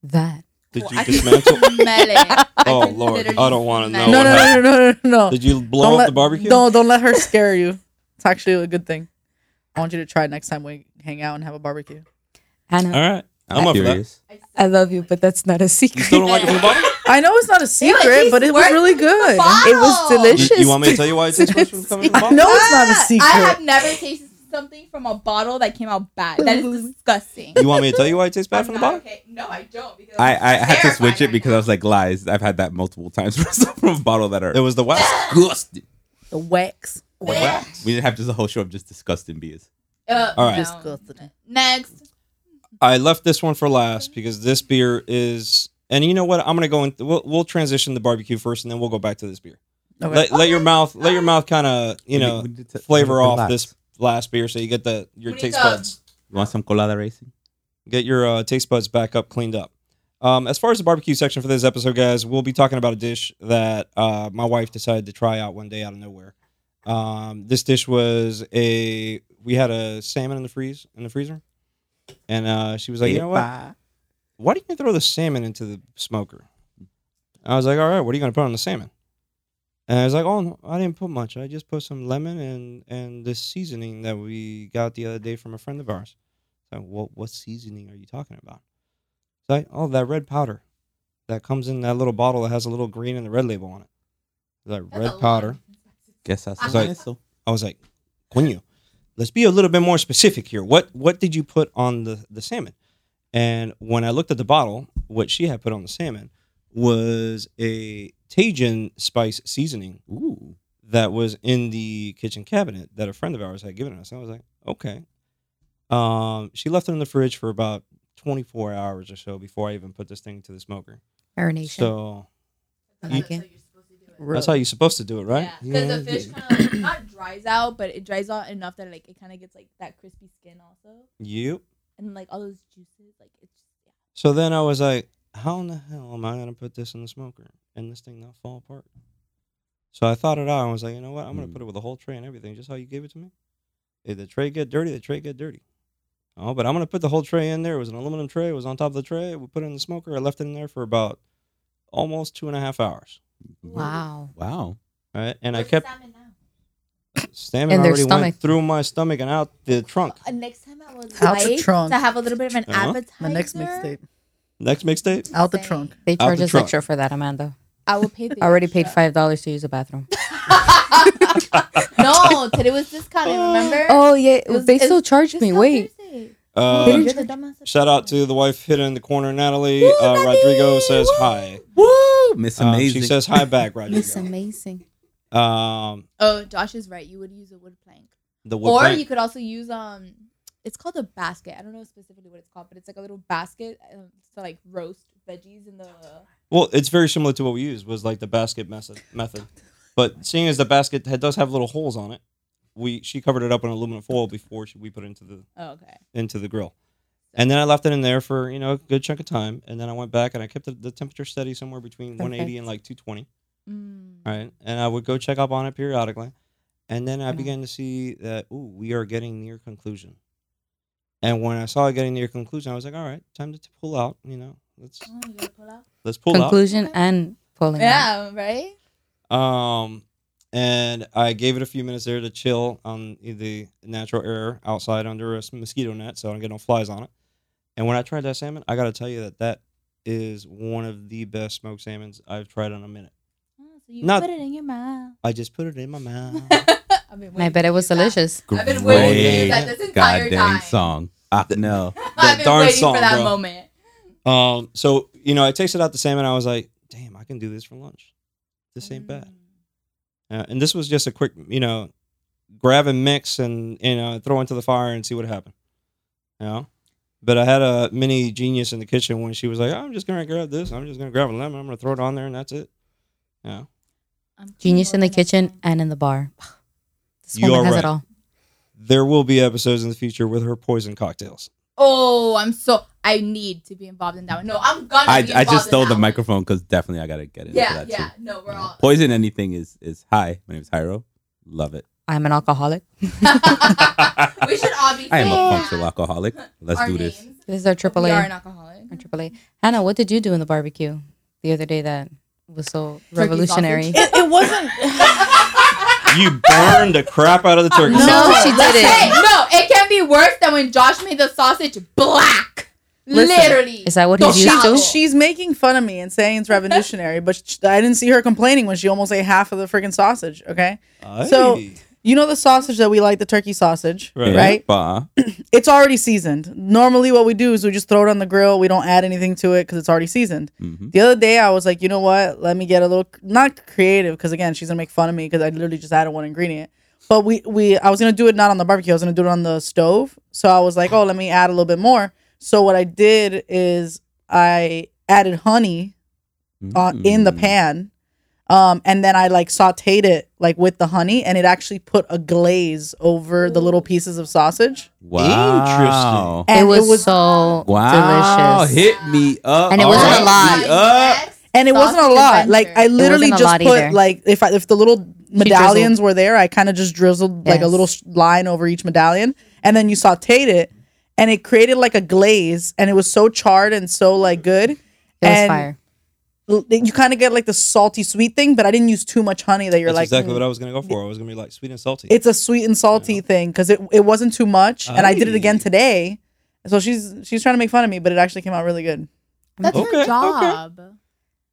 That.
Did
Well,
you
I can
dismantle?
Smell it. I
Oh,
can
Lord.
literally
I don't wanna
smell
know
No, no,
it.
what
no, no, no, no, no.
Oh, Did you blow
Don't
up
let-
the barbecue?
No, don't let her scare you. It's actually a good thing. I want you to try next time we hang out and have a barbecue.
Hannah,
All right. I'm up for that.
For
I love you, but that's not a
You
secret.
still don't like it from the bottle?
I know it's not a
Ew, it
secret, but
tastes
it was
worse
really
than the
good.
bottle.
It was delicious.
You, you want me to tell you why it's expensive from coming from the
I
bottle?
know it's not a secret.
I have never tasted something from a bottle that came out bad. That is disgusting.
You want me to tell you why it tastes bad
I'm
from the
not
bottle?
Okay. No, I don't. Because
I,
I'm
I had to
terrified
switch it
right
because I was like lies. I've had that multiple times from a bottle that are
It was the wax.
disgusting.
the wax.
now.
We didn't have just a whole show of just disgusting beers.
Uh,
All right.
Disgusting.
Next.
I left this one for last because this beer is. And you know what? I'm gonna go in. We'll, we'll transition the barbecue first, and then we'll go back to this beer.
Okay.
Let, let your mouth, let your mouth, kind of, you
We
know,
did- we did t-
flavor
relax.
off this last beer, so you get the your
What do you
taste
got?
buds.
You want some colada racing?
get your uh, taste buds back up cleaned up um, as far as the barbecue section for this episode guys we'll be talking about a dish that uh, my wife decided to try out one day out of nowhere um, this dish was a we had a salmon in the freeze in the freezer and uh, she was like you know what why do you throw the salmon into the smoker i was like all right what are you going to put on the salmon and i was like oh no, i didn't put much i just put some lemon and and this seasoning that we got the other day from a friend of ours like, what what seasoning are you talking about? It's like, oh, that red powder that comes in that little bottle that has a little green and the red label on it. It's Like
That's a
red
lot.
powder.
Guess that's
I-
like, so.
I was like, Quinio, let's be a little bit more specific here. What what did you put on the, the salmon? And when I looked at the bottle, what she had put on the salmon was a Tajin spice seasoning
Ooh.
that was in the kitchen cabinet that a friend of ours had given us. I was like, okay. Um, she left it in the fridge for about 24 hours or so before I even put this thing to the smoker.
marination.
So
I like
That's how
it.
you're supposed to do it.
that's how you're supposed to do it, right?
Yeah, because the fish kind of like, not dries out, but it dries out enough that like it kind of gets like that crispy skin also,
Yep.
and like all those juices, like it's just yeah.
So then I was like, how in the hell am I going to put this in the smoker and this thing not fall apart? So I thought it out. I was like, you know what? I'm going to
Mm.
put it with a whole tray and everything, just how you gave it to me. If the tray get dirty, the tray get dirty. Oh, but I'm going to put the whole tray in there. It was an aluminum tray. It was on top of the tray. We put it in the smoker. I left it in there for about almost two and a half hours.
Wow.
Wow.
All right. Mm-hmm. And I
Where's the
kept
salmon now?
stamming
In their
already
stomach.
went through my stomach and out the trunk.
Uh, next time I would
Out the
like
trunk.
to have a little bit of an
Uh-huh.
appetizer.
My next mixtape.
Next mixtape.
Out the
Same.
trunk.
They charge
the
us
trunk.
extra for that, Amanda.
I will pay. The
I already paid
extra.
five dollars to use the bathroom.
no, today was discounted. Remember?
Oh yeah,
was-
they
it
still
was
charge me.
Discount
Wait,
Tuesday.
Uh,
They didn't
You're the dumbass
Shout out
ever.
to the wife hidden in the corner, Natalie.
Woo,
uh,
Natalie!
Rodrigo says
Woo!
hi.
Woo! Miss
Um,
Amazing.
she says hi back,
it's
Rodrigo.
amazing.
um,
Oh, Josh is right. You would use a wood plank.
the wood
or
plank.
you could also use um it's called a basket i don't know specifically what it's called but it's like a little basket um, to like roast veggies in the
well, it's very similar to what we used was like the basket method. Method, but seeing as the basket had, does have little holes on it, we she covered it up in aluminum foil before she, we put it into the
oh, okay
into the grill, and then I left it in there for you know a good chunk of time, and then I went back and I kept the, the temperature steady somewhere between 180 and like 220.
mm.
right? And I would go check up on it periodically, and then I
Right on.
began to see that ooh, we are getting near conclusion. And when I saw it getting near conclusion, I was like, all right, time to, to pull out. You know, let's
Oh, you gotta pull out?
let's pull
Conclusion
Okay.
and pulling. out.
yeah right
out. Um, and I gave it a few minutes there to chill on e, the natural air outside under a s- mosquito net, so I don't get no flies on it. And when I tried that salmon, I got to tell you that that is one of the best smoked salmons I've tried in a minute.
oh, so you
Not-
put it in your mouth
I just put it in my mouth.
I've been
And I
waiting
bet
to
it was
use that.
delicious.
I've been waiting
to use
that this entire
goddamn
time.
song. Ah, no.
i've been
darn
waiting
song,
for that
bro.
moment
Um, so you know, I tasted out the salmon. I was like, "Damn, I can do this for lunch. This ain't
Mm.
Mm,
bad." Uh, and this was just a quick, you know, grab and mix, and you know, throw into the fire and see what happened. You know, but I had a mini genius in the kitchen when she was like, "I'm just gonna grab this. I'm just gonna grab a lemon. I'm gonna throw it on there, and that's it." Yeah,
I'm putting
Genius
more
in the
than that
kitchen
song.
and in the bar. This
You
woman
are
has
right.
it all.
there will be episodes in the future with her poison cocktails.
oh i'm so i need to be involved in that one no i'm gonna
I,
be
I
involved
just
in
stole
that
the
one.
microphone because definitely I gotta get into
yeah
that
yeah
too.
no we're
Oh.
all
Poison anything is is hi. My name's Hyro. Love it.
I'm an alcoholic.
we should all be
I am
saying
a functional alcoholic. Let's
our
do this.
names.
This is our
we are
AAA.
an alcoholic
Our AAA. Hannah, what did you do in the barbecue the other day that was so revolutionary?
sausage.
It, it wasn't.
You burned the crap out of the turkey.
No.
sauce.
she
let's
didn't.
say- no, it can be worse than when Josh made the sausage black.
Listen,
Literally.
Is that what
Oh,
he's
Don't
used
shout.
to?
She-
She's making fun of me and saying it's revolutionary, but sh I didn't see her complaining when she almost ate half of the freaking sausage. Okay, So-
Aye.
you know the sausage that we like, the turkey sausage,
Right.
right?
Bah.
It's already seasoned. Normally, what we do is we just throw it on the grill. We don't add anything to it because it's already seasoned.
Mhm.
The other day, I was like, you know what? Let me get a little not creative because again, she's gonna make fun of me because I literally just added one ingredient. But we we I was gonna do it not on the barbecue. I was gonna do it on the stove. So I was like, oh, let me add a little bit more. So what I did is I added honey uh, in the
Mm.
pan. Um, and then I like sauteed it like with the honey, and it actually put a glaze over the little pieces of sausage.
Wow.
And
it, was so
Wow.
delicious.
Hit me up.
And it wasn't a
Hit
lot.
me up.
and it wasn't a
Sausage
lot.
adventure.
Like I
It
literally
wasn't a
just
lot
put
either.
like if I, if the little medallions were there, I kind of just drizzled like a
Yes.
little s- line over each medallion, and then you sauteed it, and it created like a glaze, and it was so charred and so like good.
It was
and
fire.
l- You kind of get like the salty sweet thing, but I didn't use too much honey that you're
That's
like.
exactly
"Mm."
what I was gonna go for. I was gonna be like sweet and salty.
it's a sweet and salty thing because it, it wasn't too much and i did it
Aye.
again today so she's she's trying to make fun of me but it actually came out really good
That's
Okay, okay.
her job.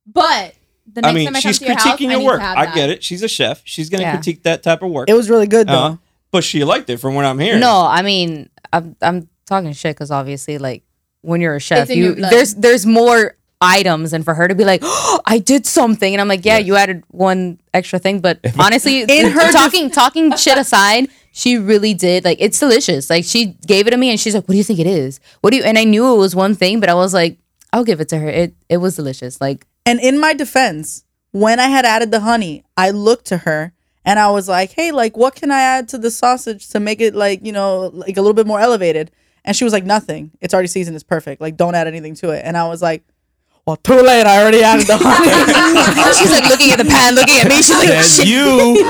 But the next
I mean,
time I come
she's
to your house,
critiquing
I
your
need
work.
To have
I
that.
get it. She's a chef. She's gonna
Yeah.
critique that type of work.
it was really good though
Uh, but she liked it from what I'm hearing.
No, I mean, I'm I'm talking shit because obviously, like when you're a chef,
in
you
your blood.
there's there's more items and for her to be like, "Oh, I did something. And I'm like, yeah, you added one extra thing. But honestly, in her talking, talking shit aside, she really did. Like, it's delicious. Like, she gave it to me and she's like, what do you think it is? What do you, and I knew it was one thing, but I was like, I'll give it to her. It, it was delicious. Like,
And in my defense, when I had added the honey, I looked to her and I was like, "Hey, like what can I add to the sausage to make it like, you know, like a little bit more elevated?" And she was like, "Nothing. It's already seasoned. It's perfect. Like don't add anything to it." And I was like, "Well, too late. I already added the honey."
she's like looking at the pan, looking at me. She's like,
That's
shit.
you.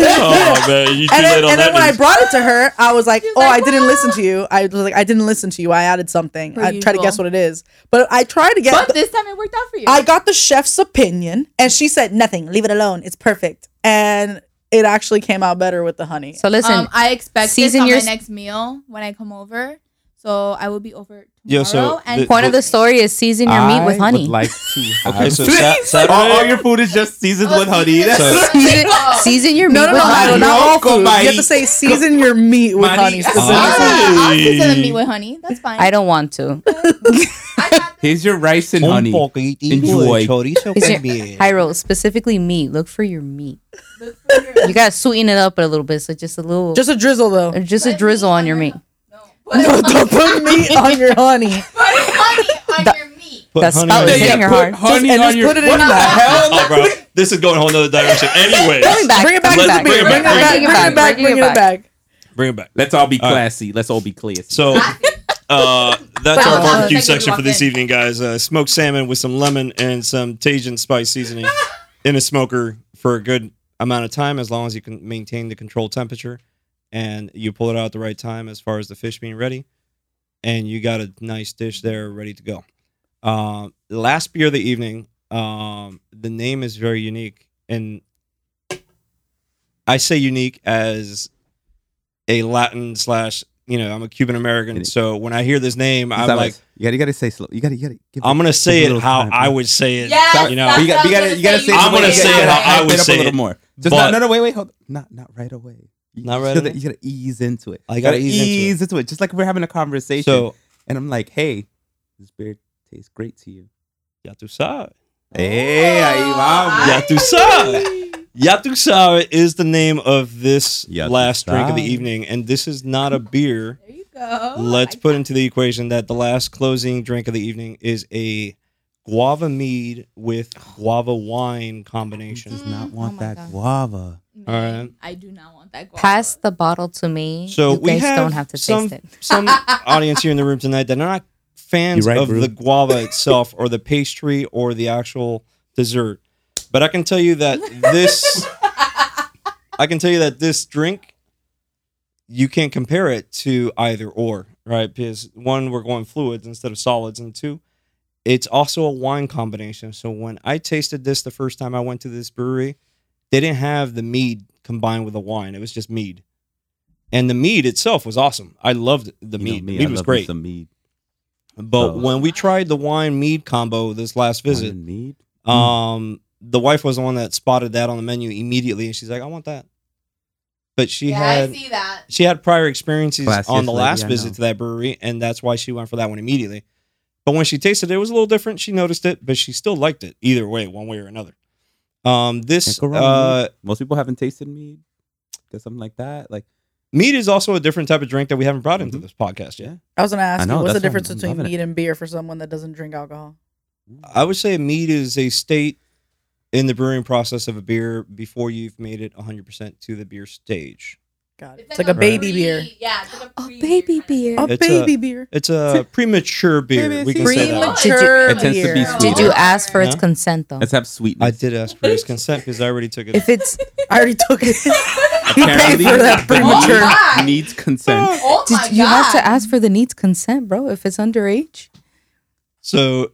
Oh,
oh man, you too
and
late
then,
on
and
that.
then when I
news.
brought it to her, I was like,
She was
"Oh,
like,
I didn't
"Wow."
listen to you. I was like, I didn't listen to you. I added something.
Per
I tried to
usual.
guess what it is, but I tried to get.
But this time it worked out for you. Um,
I got the chef's opinion, and she said nothing. Leave it alone. It's perfect. And it actually came out better with the honey.
So listen,
um, I expect this
season
on
your
my
s-
next meal when I come over. So I will be over tomorrow.
Yo, so
and
the-
point of the story is season your meat with
I
honey.
Would like to have
Okay, so Sa- Saturday-
all, all your food is just seasoned with honey. That's
So-
season, season your meat
No, no,
with
no,
honey.
no, not all
Loco
food. You have
bite.
to say season your meat with
Money.
honey.
Oh,
specifically.
Ah.
I'll consider
Hey.
meat with honey. That's fine.
I don't want to.
I got
Here's your rice and honey.
Un poquitito de
Enjoy.
chorizo
Is your,
también.
Hyro, specifically meat. Look for your meat.
the sugar.
You gotta sweeten it up a little bit, so just a little, just,
Just a drizzle though.
a drizzle on your meat.
No. Put
Don't put meat on your honey.
put honey on your meat.
Put
That's
honey on
probably
your-
hitting her hard.
honey
and
on
just
your
put it in
what
your
the
mouth.
hell?
Oh, bro, this is going a whole nother direction. Anyway,
Bring it back.
Bring it back.
Let's
to me.
bring it
Bring it
back.
back. Bring it back. Bring it back.
bring it back.
Let's all be
All right.
classy. Let's all be classy.
So, uh, that's our
Wow.
barbecue
Thank you,
section for this
Walker.
evening, guys. Uh, smoked salmon with some lemon and some Tajin spice seasoning in a smoker for a good amount of time, as long as you can maintain the controlled temperature and you pull it out at the right time as far as the fish being ready. And you got a nice dish there ready to go. Um, last beer of the evening, um, the name is very unique. And I say unique as a Latin slash, you know, I'm a Cuban American. So when I hear this name, I'm like,
you gotta, you gotta say slow. You gotta, you gotta. Give
I'm gonna say
give a
it
little
how
time,
I
huh?
would say it.
Yes,
you know,
that's
But you
what
got, you gotta, you gotta say. it
I'm
the way
gonna
you
say
gotta
it how
hype
I would
up
say
a
it.
little more.
But-
Just not, no, no, wait, wait, hold. On. Not, not right away. You
Not right
just gotta-
away?
You gotta ease into it.
I gotta ease into it.
into it. Just like we're having a conversation.
so
and I'm like, hey, this beer tastes great to you.
ya tu sabes.
Eh,
Hey, ahí
Oh,
Oh,
vamos.
Ya tu sabes. Ya tu sabes is the name of this
Ya tu
last drink of the
sabes.
evening, and this is not a beer.
There you go.
Let's
Oh, I-
put into the equation that the last closing drink of the evening is a guava mead with guava wine combination.
Does not
Mm,
want
oh my
that
God.
guava.
No,
Alright.
I do not want that. guava.
Pass the bottle to me.
So
you
we
guys
have
don't have to
some,
taste it.
some audience here in the room tonight that are not fans
You're right,
of
Brew.
the guava itself or the pastry or the actual dessert. But I can tell you that this I can tell you that this drink you can't compare it to either or, right? Because one, we're going fluids instead of solids, and two, it's also a wine combination. So when I tasted this the first time I went to this brewery, they didn't have the mead combined with the wine. It was just mead. And the mead itself was awesome. I loved the
You know
mead.
me,
the
I
mead was
love me
great.
Some mead.
but
Oh.
when we tried the wine mead combo this last visit,
Wanted mead. Mm.
um, the wife was the one that spotted that on the menu immediately, and she's like, "I want that." But she
yeah,
had
I see that.
she had prior experiences
Classiest
on the
lady
last
I
visit
know.
to that brewery, and that's why she went for that one immediately. But when she tasted it, it was a little different. She noticed it, but she still liked it either way, one way or another. Um,
Can't
this
go wrong with
uh,
mead. Most people haven't tasted mead. Cause something like that. Like
meat is also a different type of drink that we haven't brought
Mm-hmm.
into this podcast yet.
Yeah.
I was gonna
I
ask
know,
you, what's the
that's why I'm-
difference
I'm
between
loving it.
meat and beer for someone that doesn't drink alcohol?
I would say meat is a state in the brewing process of a beer before you've made it 100% to the beer stage.
God, it's like a baby beer.
Yeah, it's like a
Oh,
pre-
baby beer.
A
It's a-
baby beer.
It's a premature beer. We can say that.
Premature
It tends to be
beer.
sweet.
Did you ask for its
No.
consent though?
let's have sweetness.
I did ask for his consent because I already took it.
If it's
I already took it. he paid
Apparently,
for that
the
premature.
Oh
premature.
mead needs consent.
Oh
did
my
you
god!
have to ask for the needs consent, bro? If it's underage,
So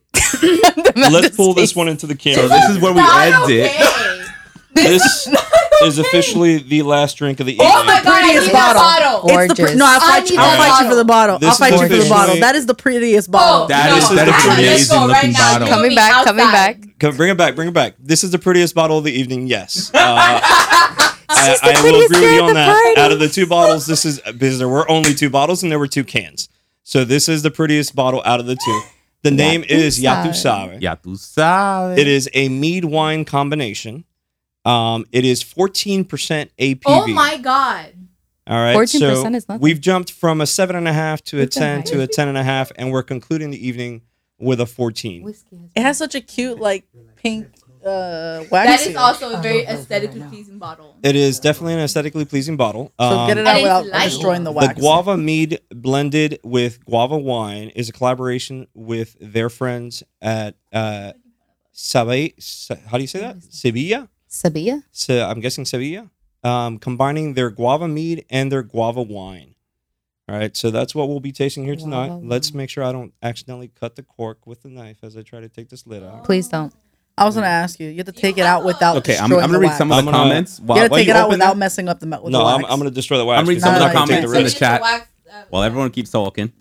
let's pull this one into the
So
camera.
this is where we end
Not okay.
it.
this is officially the last drink of the evening.
Oh my god! I
Prettiest
need
bottle.
that bottle.
Or-
It's the
Gorgeous.
pre- no, I'll
I
fight
need
you. I'll
that
fight you for the bottle.
This
I'll
is
fight you for the
gorgeous.
bottle. That is the prettiest
Oh,
bottle.
That
no.
is- that is
Let's
an
go
amazing
right
looking
now.
bottle.
You
coming
will
back,
be
coming
outside.
back.
Come, bring it back, bring it back. This is the prettiest bottle of the evening, yes. Uh, I, I will
prettiest
agree with
girl
you
at
on
the
that.
party.
Out of the two bottles, this is because there were only two bottles and there were two cans. So this is the prettiest bottle out of the two. The name is
Yatu
Yatusare.
Ya tú sabes.
It is a mead wine combination. Um, it is 14% APV.
Oh my god.
All right.
14%
so
is nothing.
We've jumped from a seven and a half to a
We've done
ten
higher.
to a ten and a half, and we're concluding the evening with a fourteen.
Whiskey.
It has such a cute like pink uh, wax.
That
seal.
is also a very aesthetically pleasing bottle.
It is definitely an aesthetically pleasing bottle.
so
Um,
get it
And
out
it's
without
light.
destroying the
the
wax.
guava mead blended with guava wine is a collaboration with their friends at uh, Sabe. Sa- How do you say that? Sevilla.
Sabia?
So I'm guessing Sevilla, um, combining their guava mead and their guava wine. All right, so that's what we'll be tasting here tonight.
Guava
Let's
wine.
make sure I don't accidentally cut the cork with the knife as I try to take this lid out.
Please don't.
I was gonna ask you. You have to take it out without.
Okay, I'm,
destroying
I'm
the
gonna read
wax.
some of the
I'm gonna-
comments.
You gotta
while
take it
you
out
open
without
that.
messing up the me- with
no,
the
I'm,
wax.
I'm going to destroy the wax.
I'm reading
because
some of
not
the
gonna take
comments.
the
in
risk.
the chat. While
everyone.
everyone keeps talking.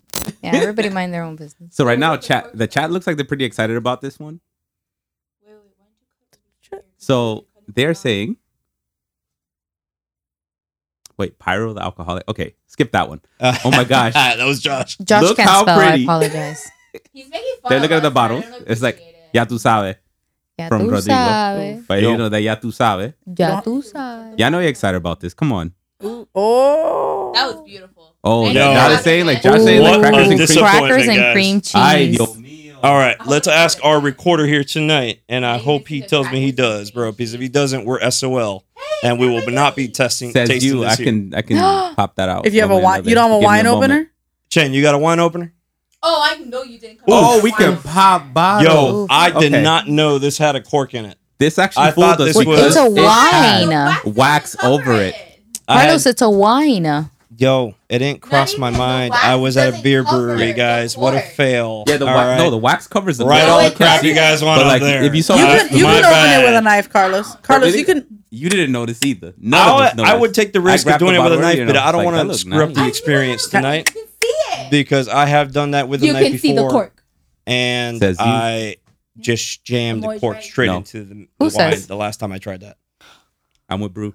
Yeah, everybody mind their own business.
So right now, chat the chat looks like they're pretty excited about this one. So they're saying, "Wait, Pyro the alcoholic." Okay, skip that one.
Uh,
Oh my gosh.
that was Josh.
Josh
Look
can't
how
spell.
pretty.
I apologize.
He's making fun
They
of
look at
us,
the
but I
bottle.
don't
It's like
appreciate it.
ya tú sabes
Ya
from
tú
Rodrigo.
sabes.
But
Yo.
you know that ya tú sabes.
Ya tú sabes.
Yeah, I know you're excited about this. Come on.
oh,
That was beautiful.
Oh,
Thank
yeah.
you.
Josh
Josh
saying, like,
Josh saying, like,
Ooh.
crackers and cream-
crackers and
guys.
cream cheese.
Ay, Dios mío.
All right, let's ask our recorder here tonight, and I hope he tells me he does, bro. Because if he doesn't, we're SOL, and we will not be testing.
Says
tasting
you,
this
I
here.
can I can pop that out.
if you have
Don't
a
worry,
wine,
love it.
you don't have a
Give me
wine
moment.
opener.
Chen, you got a wine opener?
Oh, I know you didn't come.
Oh,
up
we
with the
can
wine.
pop
Yo,
bottles.
I did
Okay.
not know this had a cork in it.
This actually
I
fooled
thought
us
this was-
because
It's a
it had-
wine.
Wax doesn't
Wax
cover
over it.
I had-
Carlos, it's a wine.
yo, it didn't cross
even
my
the
mind.
wax
I was at a
doesn't
beer
cover
brewery,
the
guys. What a
cork.
fail.
Yeah, the
All
wax.
right.
No, the wax covers the
right
No,
all
it
the crap
doesn't.
you guys want
But,
out
like,
there.
if you saw-
You
Uh,
can you
my
can open it with a
bad.
knife, Carlos. Carlos,
really?
you can.
You didn't notice either. None of
I
us
would, I
noticed.
would take the risk of
grabbed
doing it with
bottle
a knife,
earlier and
but
I was
I don't
like,
want
that
to
looks
screw up
nice.
the experience tonight
You can see it.
because I have done that with a
You
knife
can see
before.
the cork.
and
Says you.
I just jammed the
Moist
cork
right.
straight
No.
into the the
Who
wine
says?
the last time I tried that.
I'm with Brew.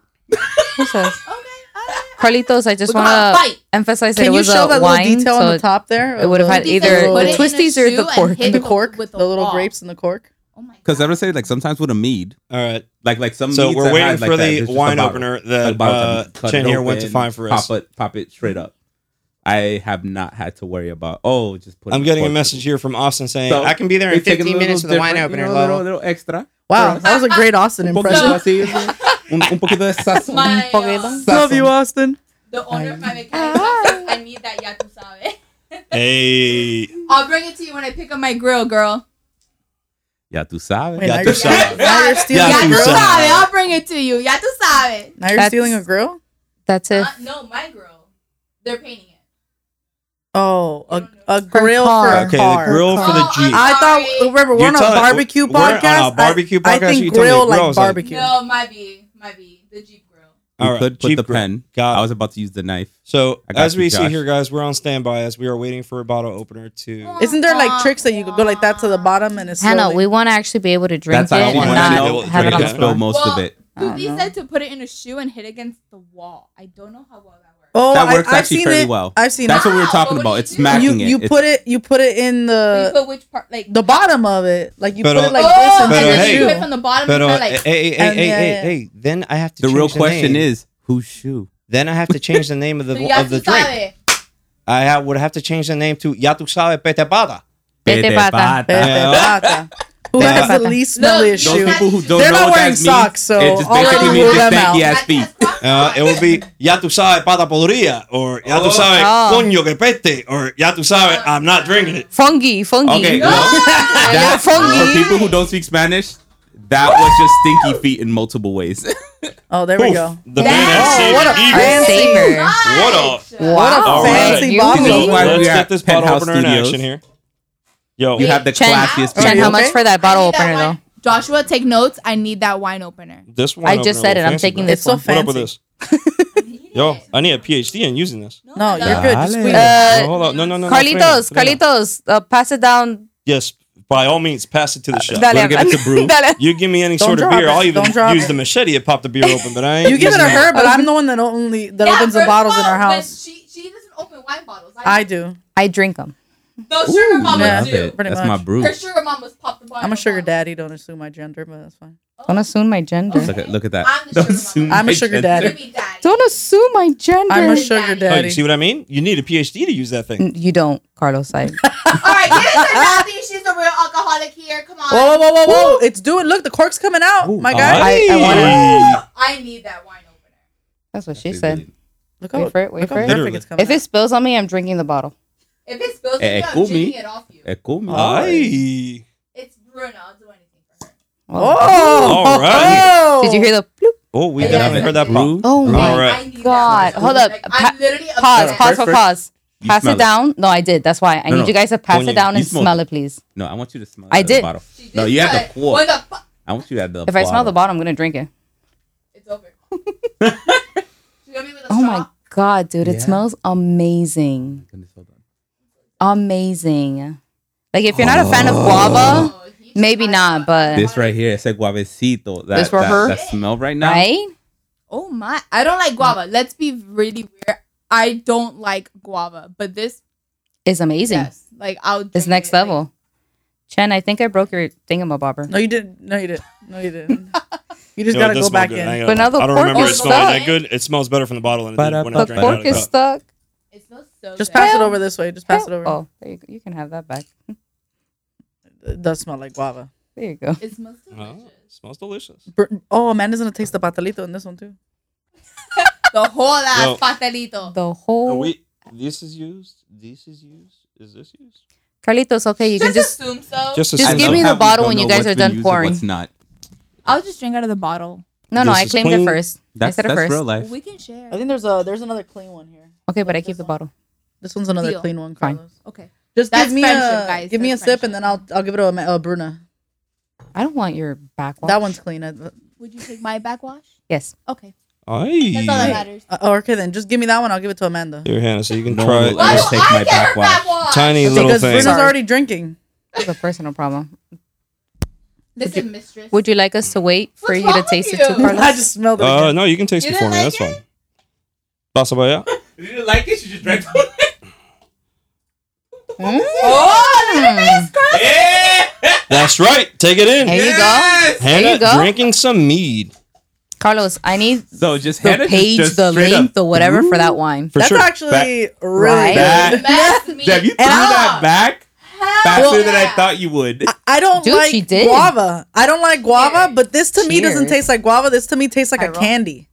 Who says?
Okay. alright.
Carlitos, I just
We're gonna
want to
fight.
emphasize that it
Can you
was
show
a
that little
wine.
detail
so
on the top there?
it would've had
The-
Because
either
put
the
it in a
twisties or the
shoe and
cork.
hit
the
it
cork,
with
the little
ball.
grapes in the cork.
Oh my
Because I
God.
would say like sometimes with a mead,
All right.
like like some.
So
meads
we're
I've
waiting
had like
for
that,
the
there's just a
wine
bottle.
opener
Like,
that
bottle
uh,
that you cut
Chen
it
here went to
open,
find for us.
Pop it, pop it straight up. I have not had to worry about. Oh, just put.
I'm getting a message here from Austin saying I can be there in 15 minutes with the wine opener.
A
Lolo."
little, little extra.
Wow, that was a great Austin
Un poquito
impression.
así, un, un poquito de sazón.
My, uh,
Poquito.
Love you, Austin.
the owner of my mechanic shop says I need that ya tu sabe.
Hey,
I'll bring it to you when I pick up my grill, girl.
Ya tú sabes.
Wait,
Ya
now
tú
you're-
sabes.
now you're
Ya
stealing
Ya
a
tu
tú
grill.
sabes.
sabe. I'll bring it to you. Ya tu sabe.
Now you're
That's-
stealing a grill.
That's it.
Ah,
Uh, no, my grill. They're painting it.
Oh, a, a grill
car.
for a
okay, the
car.
grill for the
Oh,
Jeep.
I-
I thought
Sorry.
remember we're
You're
on a
telling-
barbecue
we're on a
podcast. I-
barbecue
I,
podcast, you told
think
me
grill
grill, I
like
was like-
barbecue.
No, my B. My B. The Jeep grill.
We
All right,
could put
Jeep
the
grill.
pen.
Got
I
it.
was about to use the knife.
So
I got
as
you,
we see
Josh.
here, guys, we're on standby as we are waiting for a bottle opener to.
Isn't there like tricks that you could go like that to the bottom and it's
Hannah,
slowly-
we want to actually be able to drink
That's how
it
you
want
and
to know
not
it's
have it
drinking.
on the
Just
spill
floor.
most
well,
of it.
I don't
Suzy
know.
said to put it in a shoe and hit against the wall. I don't know how well that works.
Oh,
That works
I, I've
actually
seen
fairly
it.
well.
I've seen
That's
it.
what we were
Wow,
talking
but what
about.
do
It's
you do? what-
you
smacking it.
you
It's-
put it you put it in
So you
the
put which part? Like
the bottom of it like you
But,
put
uh,
it uh, like
oh,
But,
and
uh,
this
then
hey.
you do it
into
from
the shoe.
the bottom.
But
and
uh,
kinda like,
hey, hey, hey,
And uh,
hey,
yeah, yeah.
hey, hey, then I have to.
The
change
real question
name.
is whose shoe?
Then I have to change the name of the
so ya
of the
tu
drink.
sabe.
I ha- would have to change the name to Ya tu sabes Pete Bada.
Vete
Vete
pata.
pata.
Pepe
Yeah.
Pata. Who
Yeah.
has the least smelly
Look,
Those
shoe?
you-
people who don't
They're
know
not
what that
wearing
means,
socks, so
it just
already
basically
rule
means just
them
stanky
out.
ass feet.
Uh, it would be Ya tu sabes Pata Poloria or Ya tu sabes
Oh.
Coño que pete or Ya tu sabes
Oh.
I'm not drinking it.
Fungi, fungi.
Okay,
No!
well, that,
fungi.
for people who don't speak Spanish, that was just stinky feet in multiple ways.
Oh, there we
Poof.
go.
The
That-
man
Oh,
saved
what a
the evening.
fancy-
Saber.
Nice.
What
What a
Wow. Alright.
fancy bottle.
So
This is why
let's
we
get
have
this bottle
Penthouse
opener in
Studios.
action here. Yo,
You have the
Chen,
classiest
Chen,
people.
how much
Okay.
for that
I
bottle
need that
opener though?
wine- Joshua, take notes. I need that wine opener.
this one.
I
opener
just said
will
it. I'm
fancy,
taking
bro.
this
It's so
one.
What up
fancy.
with this? Yo, I need a PhD in using this.
No,
I
you're
love
good.
it.
Just
Dale.
squeeze it.
Uh,
No, hold on. No, no, no. no, put it in,
Carlitos,
put it in.
Carlitos, uh, pass it down.
Yes, by all means, pass it to the chef.
Dale,
We're gonna give it to Brew.
Dale.
You give me any
Don't
sort of
drop
beer,
it.
I'll even
Don't drop
use
it.
the machete to pop the beer open. But I ain't.
You give it
using
to her, but I'm the one that only that
Yeah,
opens the
first
bottles
of
in
all,
our
when
house.
She she doesn't open wine bottles.
I do.
I drink them.
Those sugar
yeah.
mamas do.
Pretty
That's my
much.
brew.
Her sugar mamas pop the bar.
I'm a sugar daddy. Don't assume my gender, but that's fine.
Don't assume my gender.
Look at, look at that.
I'm the sugar mama.
I'm a
my
sugar
gender.
daddy.
Baby daddy.
Don't assume my gender.
I'm a sugar
daddy. Oh,
Oh, you
daddy.
see what I mean? You need a PhD to use that thing.
N- you don't, Carlos. I
All right, give it to Natalie. She's a real alcoholic here. Come on.
Whoa, whoa, whoa, whoa, whoa! It's doing. Look, the cork's coming out.
Ooh,
my God!
I- I
Aye.
I need that wine opener.
that's what she said.
look
Wait
how,
for it, wait
look how
for it.
perfect it's coming.
If it spills on me, I'm drinking the bottle.
If it spills,
Eh,
eh, I'm
cool me.
drinking it off you.
Eh, cool, man.
Aye.
It's Bruno. I'll do anything for her.
out.
Well,
oh,
All right.
Did you hear the bloop?
Oh, we
I love
definitely
it.
heard that pop.
Brew.
Oh
All
my
right.
I need that
God.
wine
Hold
opener.
up.
Like,
Pa-
I'm literally
Pause,
obsessed.
pause for
First-
pause.
You
Pass
smell
it down. No, I did. That's why. I
No,
need
no.
you guys to pass
Tonya,
it down
you
and
smell
smell
it.
it, please.
No, I want you to smell. it out
I
of the
did.
bottle.
She
No,
just
you had
said,
the quart.
When the fu-
I want you to have the.
If I smell the bottle, I'm gonna drink it.
It's over. She got me with a
Oh my
straw.
god, dude! It
Yeah.
smells amazing,
Goodness, hold on.
amazing. Like if you're not a fan of guava,
Oh, he-
maybe not, but
This right here, ese guavecito. That,
This for
that,
her?
that smell right now.
right?
Oh my! I don't like guava. Let's be really weird. I don't like guava, but this
It's amazing.
yes, like I'll.
It's
drink
next
it, like-
level. Chen, I think I broke your thingamabobber.
No, you didn't. No, you didn't. No, you didn't. You
You know, it
just gotta
does
go
smell
back
good. I
in.
ain't
But
gonna
now the
lie. I don't
cork
remember it
is
smelling
stuck.
that good. It smells better from the bottle than it did when I
The
drank it out
cork
of the
is
cup.
stuck.
It smells so
Just
good.
pass it over this way. Just pass it over.
Oh, there you, go. you can have that back.
It does smell like guava.
There you go.
It smells delicious.
Oh, smells delicious.
Br- Oh, Amanda's gonna taste the patelito in this one too.
The whole ass
No.
pastelito.
The whole
Are Oh, we? This is used. This is used. Is this used?
Carlitos. Okay, you can
just,
just
assume so.
Just,
Just
I
give
love
me the
how we
bottle
don't
when you
know
guys
what's
are
been
done
used and
pouring.
What's not?
I'll just drink out of the bottle.
no, no.
This
I
is
claimed it
clean.
first. I
That's,
said it
that's
first.
real life.
We can share.
I think there's a there's another clean one here.
Okay, but I keep the bottle.
This one's another
Deal.
clean one,
Fine.
Carlos.
okay.
Just
That's
give me a
friendship, guys.
give me a
That's
sip and then I'll I'll give it to Ama- uh, Bruna.
I don't want your back.
That one's clean. Uh,
Would you take my backwash?
Yes.
Okay. That's all that
Aye.
matters.
uh, okay, then just give me that one. I'll give it to Amanda
Here, Hannah. So you can
No
try
one will
it.
Why
I'll
do
take
I
my
get her
backwash.
backwash?
Tiny little
because
thing.
Bruna's
Sorry.
already drinking.
It's a personal problem.
Listen, mistress.
Would you like us to wait for
What's
you to
wrong
taste
with
it too,
you?
I
Carlos?
just smelled it.
Uh,
again.
no, you can taste
You
it
didn't
for me.
like
That's
it?
fine. Possible, yeah.
You didn't like it? You just drank
Oh, look at
Mm.
this, Carlos.
That's right. Take it in.
There you go. There
Hannah
you go.
drinking some mead
Carlos, I need
So just
the
Hannah just-
page,
just
the
straight up
link, the whatever for that
threw-
wine.
for
That's
sure.
actually really
Right?
good.
That-
Mess me
Deb, Ah, you threw
up.
that back
Hell
faster
yeah.
than I thought you would.
I- I don't
Dude,
like
she did.
guava. I don't like guava, but this to me doesn't
Cheers.
taste like guava. This to me tastes like
I
a
roll.
candy.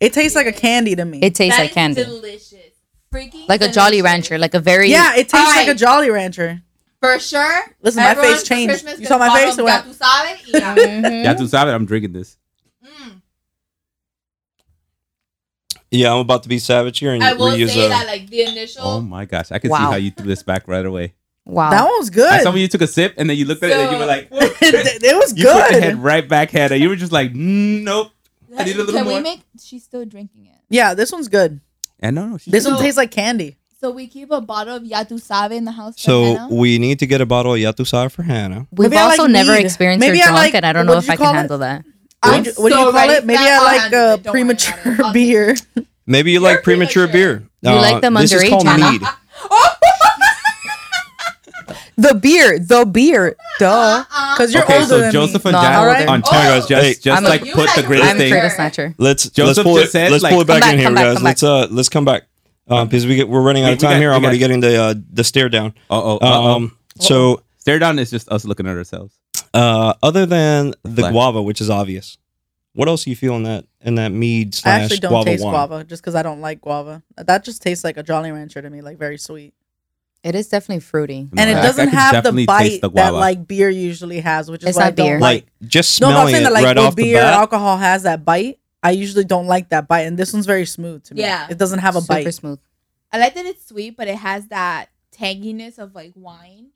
It tastes like a candy to me.
It tastes
That
like
is
candy,
Delicious. Freaking
like a Jolly
delicious.
Rancher, like a very
yeah, it tastes like a
Alright.
Jolly Rancher.
For sure.
Listen, my
Everyone
face
for
changed.
Christmas
You saw my face?
gets
Mm-hmm. It
bottled
went-
ya tu sabe, y ya.
Yeah, to stop it. I'm drinking this.
Mm.
Yeah, I'm about to be savage here and
I will
reuse
say
a.
that, like, the initial.
Oh my gosh. I can see
Wow.
how you threw this back right away.
wow.
That one was
I saw
good.
when you took a sip and then you looked at it and you were like,
it, it was
you put your head
good.
right back, Hannah. You were just like, "Mm, nope. I need a little
Can
more.
we make? She's still drinking it.
Yeah, this one's good.
And no, no. She
This
just-
one
So-
tastes like candy.
So we keep a bottle of Yatu Sabe in the house. for
So
Hannah.
we need to get a bottle of Yatusai for Hannah.
We've
Maybe I
also
like
never
mead.
experienced
Maybe
her
I
drunk,
like-
and I don't
what
know
did
if
you
I can
call it?
handle that.
I'm
What, do you- what do
so
you call
ready
it?
for
Maybe
that.
I
I'll
like
handle
uh,
it. Don't worry about it.
premature
I'll take
beer.
Maybe you like premature,
premature.
beer. Uh,
You like them
This is called
underage,
mead.
Oh,
The beer, the beer, duh.
uh-uh.
Because Oh, you're
okay,
older
so
than
Joseph
me.
and
No, I'm
Jack
older.
on Terra just,
Hey.
just
I'm a-
like
you
put
like
the
a
greatest
I'm a
British
thing.
trigger snatcher.
Let's let's
Joseph
pull it.
just said,
let's
like-
pull it back
Come
in
back,
here,
come back,
guys.
come
let's uh let's come back um, because we get we're running out
We-
of
we
time
got-
here.
we
I'm already
got-
getting the uh, the stare down.
Uh oh.
Um, so
Stare down is just us looking at ourselves.
uh, other than the
Reflect.
guava, which is obvious, what else do you feel in that in that mead
I
slash
actually don't
guava
taste
wine?
guava just because I don't like guava. That just tastes like a Jolly Rancher to me, like very sweet.
It is definitely fruity.
And it
Like, I
doesn't
could
have the
definitely
bite
taste the
that
guava.
like beer usually has, which is
It's
why I
not
don't
beer.
like.
Like just
No, but I'm
smelling
saying
it
that like
right
with
off the
beer,
bat.
alcohol has that bite. I usually don't like that bite, and this one's very smooth to me.
Yeah.
it doesn't have a
Super
bite.
smooth.
I like that it's sweet, but it has that tanginess of like wine.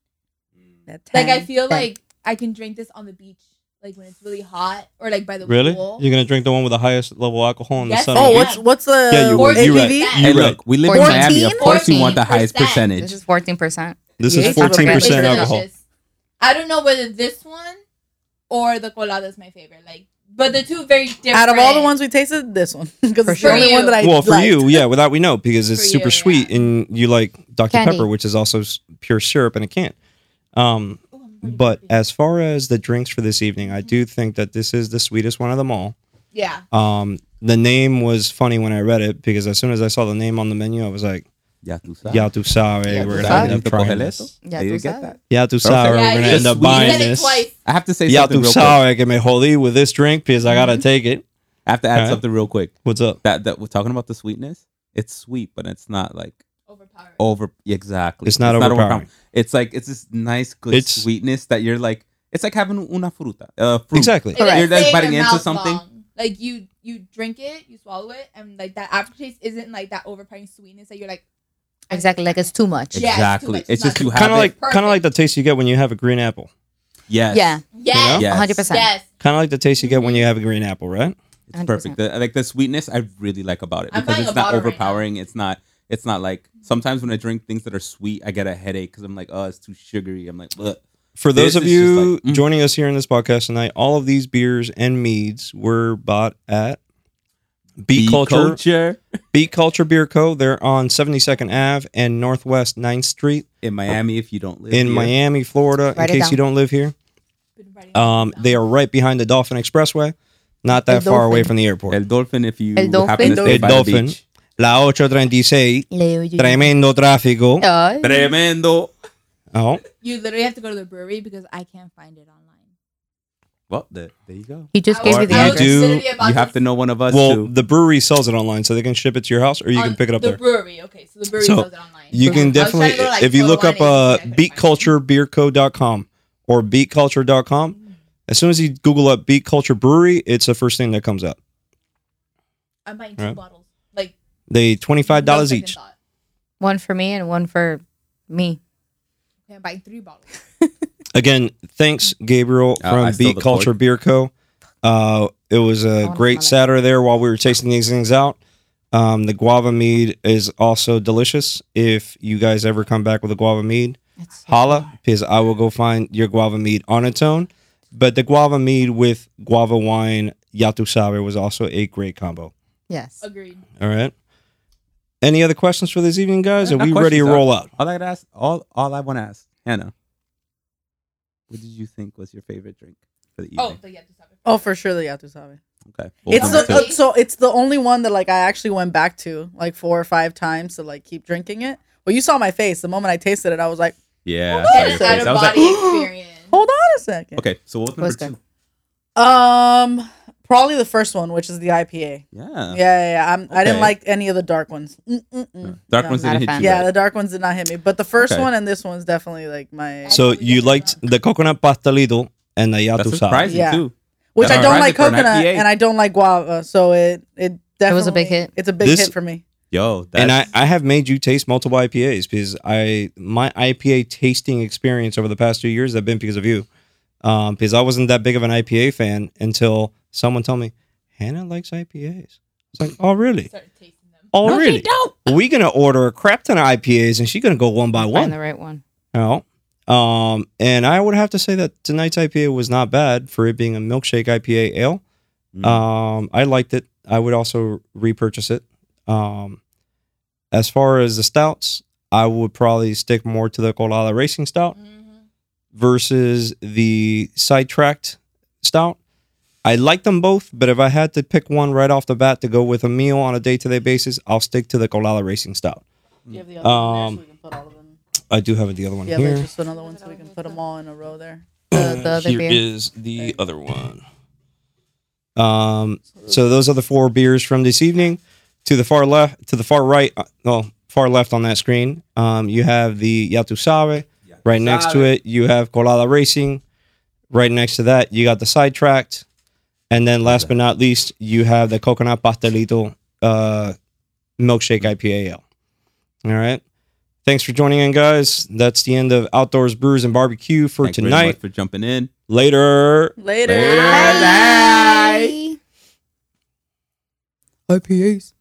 That
Like I
tang.
feel
tang.
like I can drink this on the beach, like when it's really hot or like by the
Really?
pool.
You're gonna drink the one with the highest level alcohol in the
Yes.
sun?
oh,
Yeah.
what's what's the
Yeah, you were-
you
ABV?
right.
Hey,
You're
look, we live in Miami. Of
14?
course, you want the highest
14%.
percentage.
This is 14%.
This
Yeah,
is
it's not
fourteen
It's
percent
bad.
alcohol.
delicious. I don't know whether this one or the colada is my favorite. Like, but the two very different.
Out of all the ones we tasted, this one because
For
it's
sure.
the only
For
one that I
Well, for
liked.
you, yeah, without we know because it's
For
super
you,
sweet
yeah.
and you like Dr.
Candy.
Pepper, which is also s- pure syrup in a can. Um,
Ooh, I'm pretty
but
happy.
as far as the drinks for this evening, I do think that this is the sweetest one of them all.
yeah,
Um, the name was funny when I read it because as soon as I saw the name on the menu, I was like,
Ya tú sabes.
"Ya tu sabe,
Ya
we're
tu
gonna
sabe.
end up trying this.
Ya
Did
tú
you get
sabes.
that?
Ya tu sabe,
Perfect.
we're gonna
you
end up
said
buying
it
this.
twice.
I have to say
Ya
something
tu
real quick.
sabe que me jodí with this drink because I
Mm-hmm.
gotta take it.
I have to add
Alright.
something real quick.
What's up?
That that we're talking about the sweetness. It's sweet, but it's not like
Overpowered.
Oh.
over exactly.
It's not overpowering.
It's like it's this nice good
It's-
sweetness that you're like it's like having una fruta. Uh, fruit.
Exactly.
It
You're
doesn't
like
stay in
biting
your
into
mouth
something.
long. Like you, you drink it, you swallow it, and like that aftertaste isn't like that overpowering sweetness that you're like. I-
Exactly, like it's too much.
Yeah.
Exactly.
much.
it's, just
It's
you
not-
have
Kind of
it.
like
Perfect.
kind of like the taste you get when you have a green apple.
yes.
Yeah,
Yes,
You
Yes.
100%.
yes.
Kind of like the taste you get when you have a green apple, right?
It's perfect. The, like the sweetness, I really like about it
I'm
because
buying
it's
a
not
bottle right now.
overpowering. it's not. It's not like sometimes when I drink things that are sweet, I get a headache because I'm like, oh, it's too sugary. I'm like, Ugh.
For those
This
of
is just
you
like, mm.
joining us here in this podcast tonight, all of these beers and meads were bought at Beat Culture Beat Culture Beer Co. They're on 72nd Ave and Northwest 9th Street
in Miami. If you don't live
in
here.
Miami, Florida, in
Write it
case
down.
you don't live here.
Been writing
Um,
it down.
they are right behind the Dolphin Expressway, not that
El
far away
Dolphin.
from the airport.
El Dolphin. If you
El
happen to
Dolphin?
stay
El
by the
Dolphin.
beach.
La 836,
Leo, you-
tremendo tráfico.
Ay.
Tremendo.
Oh,
You literally have to go to the brewery because I can't find it online.
Well, the, there you go.
He just
I
gave
was-
me the
I was
address.
You do-
literally about
You
to
have to know one of us
well,
too.
the brewery sells it online, so they can ship it to your house, or you
on
can pick it up
the
there.
brewery. Okay, so the brewery
So,
sells it online.
You
I
can
was trying to
definitely,
go, like,
if you
photo
look
on
up
it,
uh,
but I couldn't find it.
beatculturebeerco.com or beatculture.com, as soon as you Google up Beat Culture Brewery, it's the first thing that comes up.
I'm buying two
Right.
bottles, like
They $25
no second
each.
thought.
One for me and one for me.
Okay, I'm buying three bottles.
Again, thanks, Gabriel
Uh, I
from
stole
Beat
the
Culture
fork.
Beer Co. Uh, it was
I
a
wanna
great
smell
Saturday there while we were tasting these things out. Um, the guava mead is also delicious. If you guys ever come back with a guava mead,
It's
holla, because I will go find your guava mead on its own. But the guava mead with guava wine, Yatu Sabe, was also a great combo.
Yes.
Agreed.
All right. Any other questions for this evening, guys? Are
Not
we ready to
questions,
roll out?
all I gotta ask, all all I want to ask, Hannah, what did you think was your favorite drink for the
Oh,
evening?
so yeah, just have it.
Oh, for sure, the Yatu Sabe.
okay,
It's
number
the,
Both of
two.
uh, so it's the only one that like I actually went back to like four or five times to like keep drinking it. Well, you saw my face the moment I tasted it. I was like,
yeah.
It's
I saw
an
your face. I was like,
out-of-body experience.
hold on a second.
okay, so what
Was
was number two?
Um, probably the first one, which is the IPA.
Yeah,
Yeah, yeah. yeah. I'm, I
Okay.
didn't like any of the dark ones. Mm-mm-mm.
dark
No.
ones
not
didn't
a
hit
fan.
you.
Yeah,
right?
the dark ones did not hit me, but the first
Okay.
one and this one's definitely like my
So you liked the coconut pastelito and the Yatu
that's
Sabe.
surprising
Yeah.
too.
which
That's
I don't
surprising
like
for an
coconut
IPA.
and I don't like guava, so it it definitely
was a big hit.
It's a big
This-
hit for me.
Yo, that's,
and I, I have made you taste multiple IPAs because I my IPA tasting experience over the past two years have been because of you. Um, because I wasn't that big of an IPA fan until someone told me Hannah likes IPAs. It's like, oh really?
Started tasting them.
Oh
No, she
really?
don't.
We gonna order a crap ton of IPAs and she gonna go one by
Find
one.
the right one.
No. Um, and I would have to say that tonight's IPA was not bad for it being a milkshake IPA ale.
Mm.
Um, I liked it. I would also repurchase it. Um, as far as the stouts, I would probably stick more to the Colada Racing Stout
Mhm.
versus the Sidetracked Stout. I like them both, but if I had to pick one right off the bat to go with a meal on a day to day basis, I'll stick to the Colada Racing Stout.
You have the
other one there so Um, we
can put all of them.
I do have the other one
Yeah,
here.
there's just another one so we can put them all in a row there.
The, the other
Here
beer.
is the other one. Um, so those are the four beers from this evening. To the far left, to the far right, uh, well, far left on that screen, um, you have the Yatu Sabe.
Yeah.
Right next to it, you have Colada Racing. Right next to that, you got the Sidetracked. And then last but not least, you have the Coconut Pastelito uh, Milkshake IPA Ale. All right. Thanks for joining in, guys. That's the end of Outdoors Brews and Barbecue for
Thank you very
tonight.
much for jumping in.
Later.
Later.
Later.
Bye.
IPAs.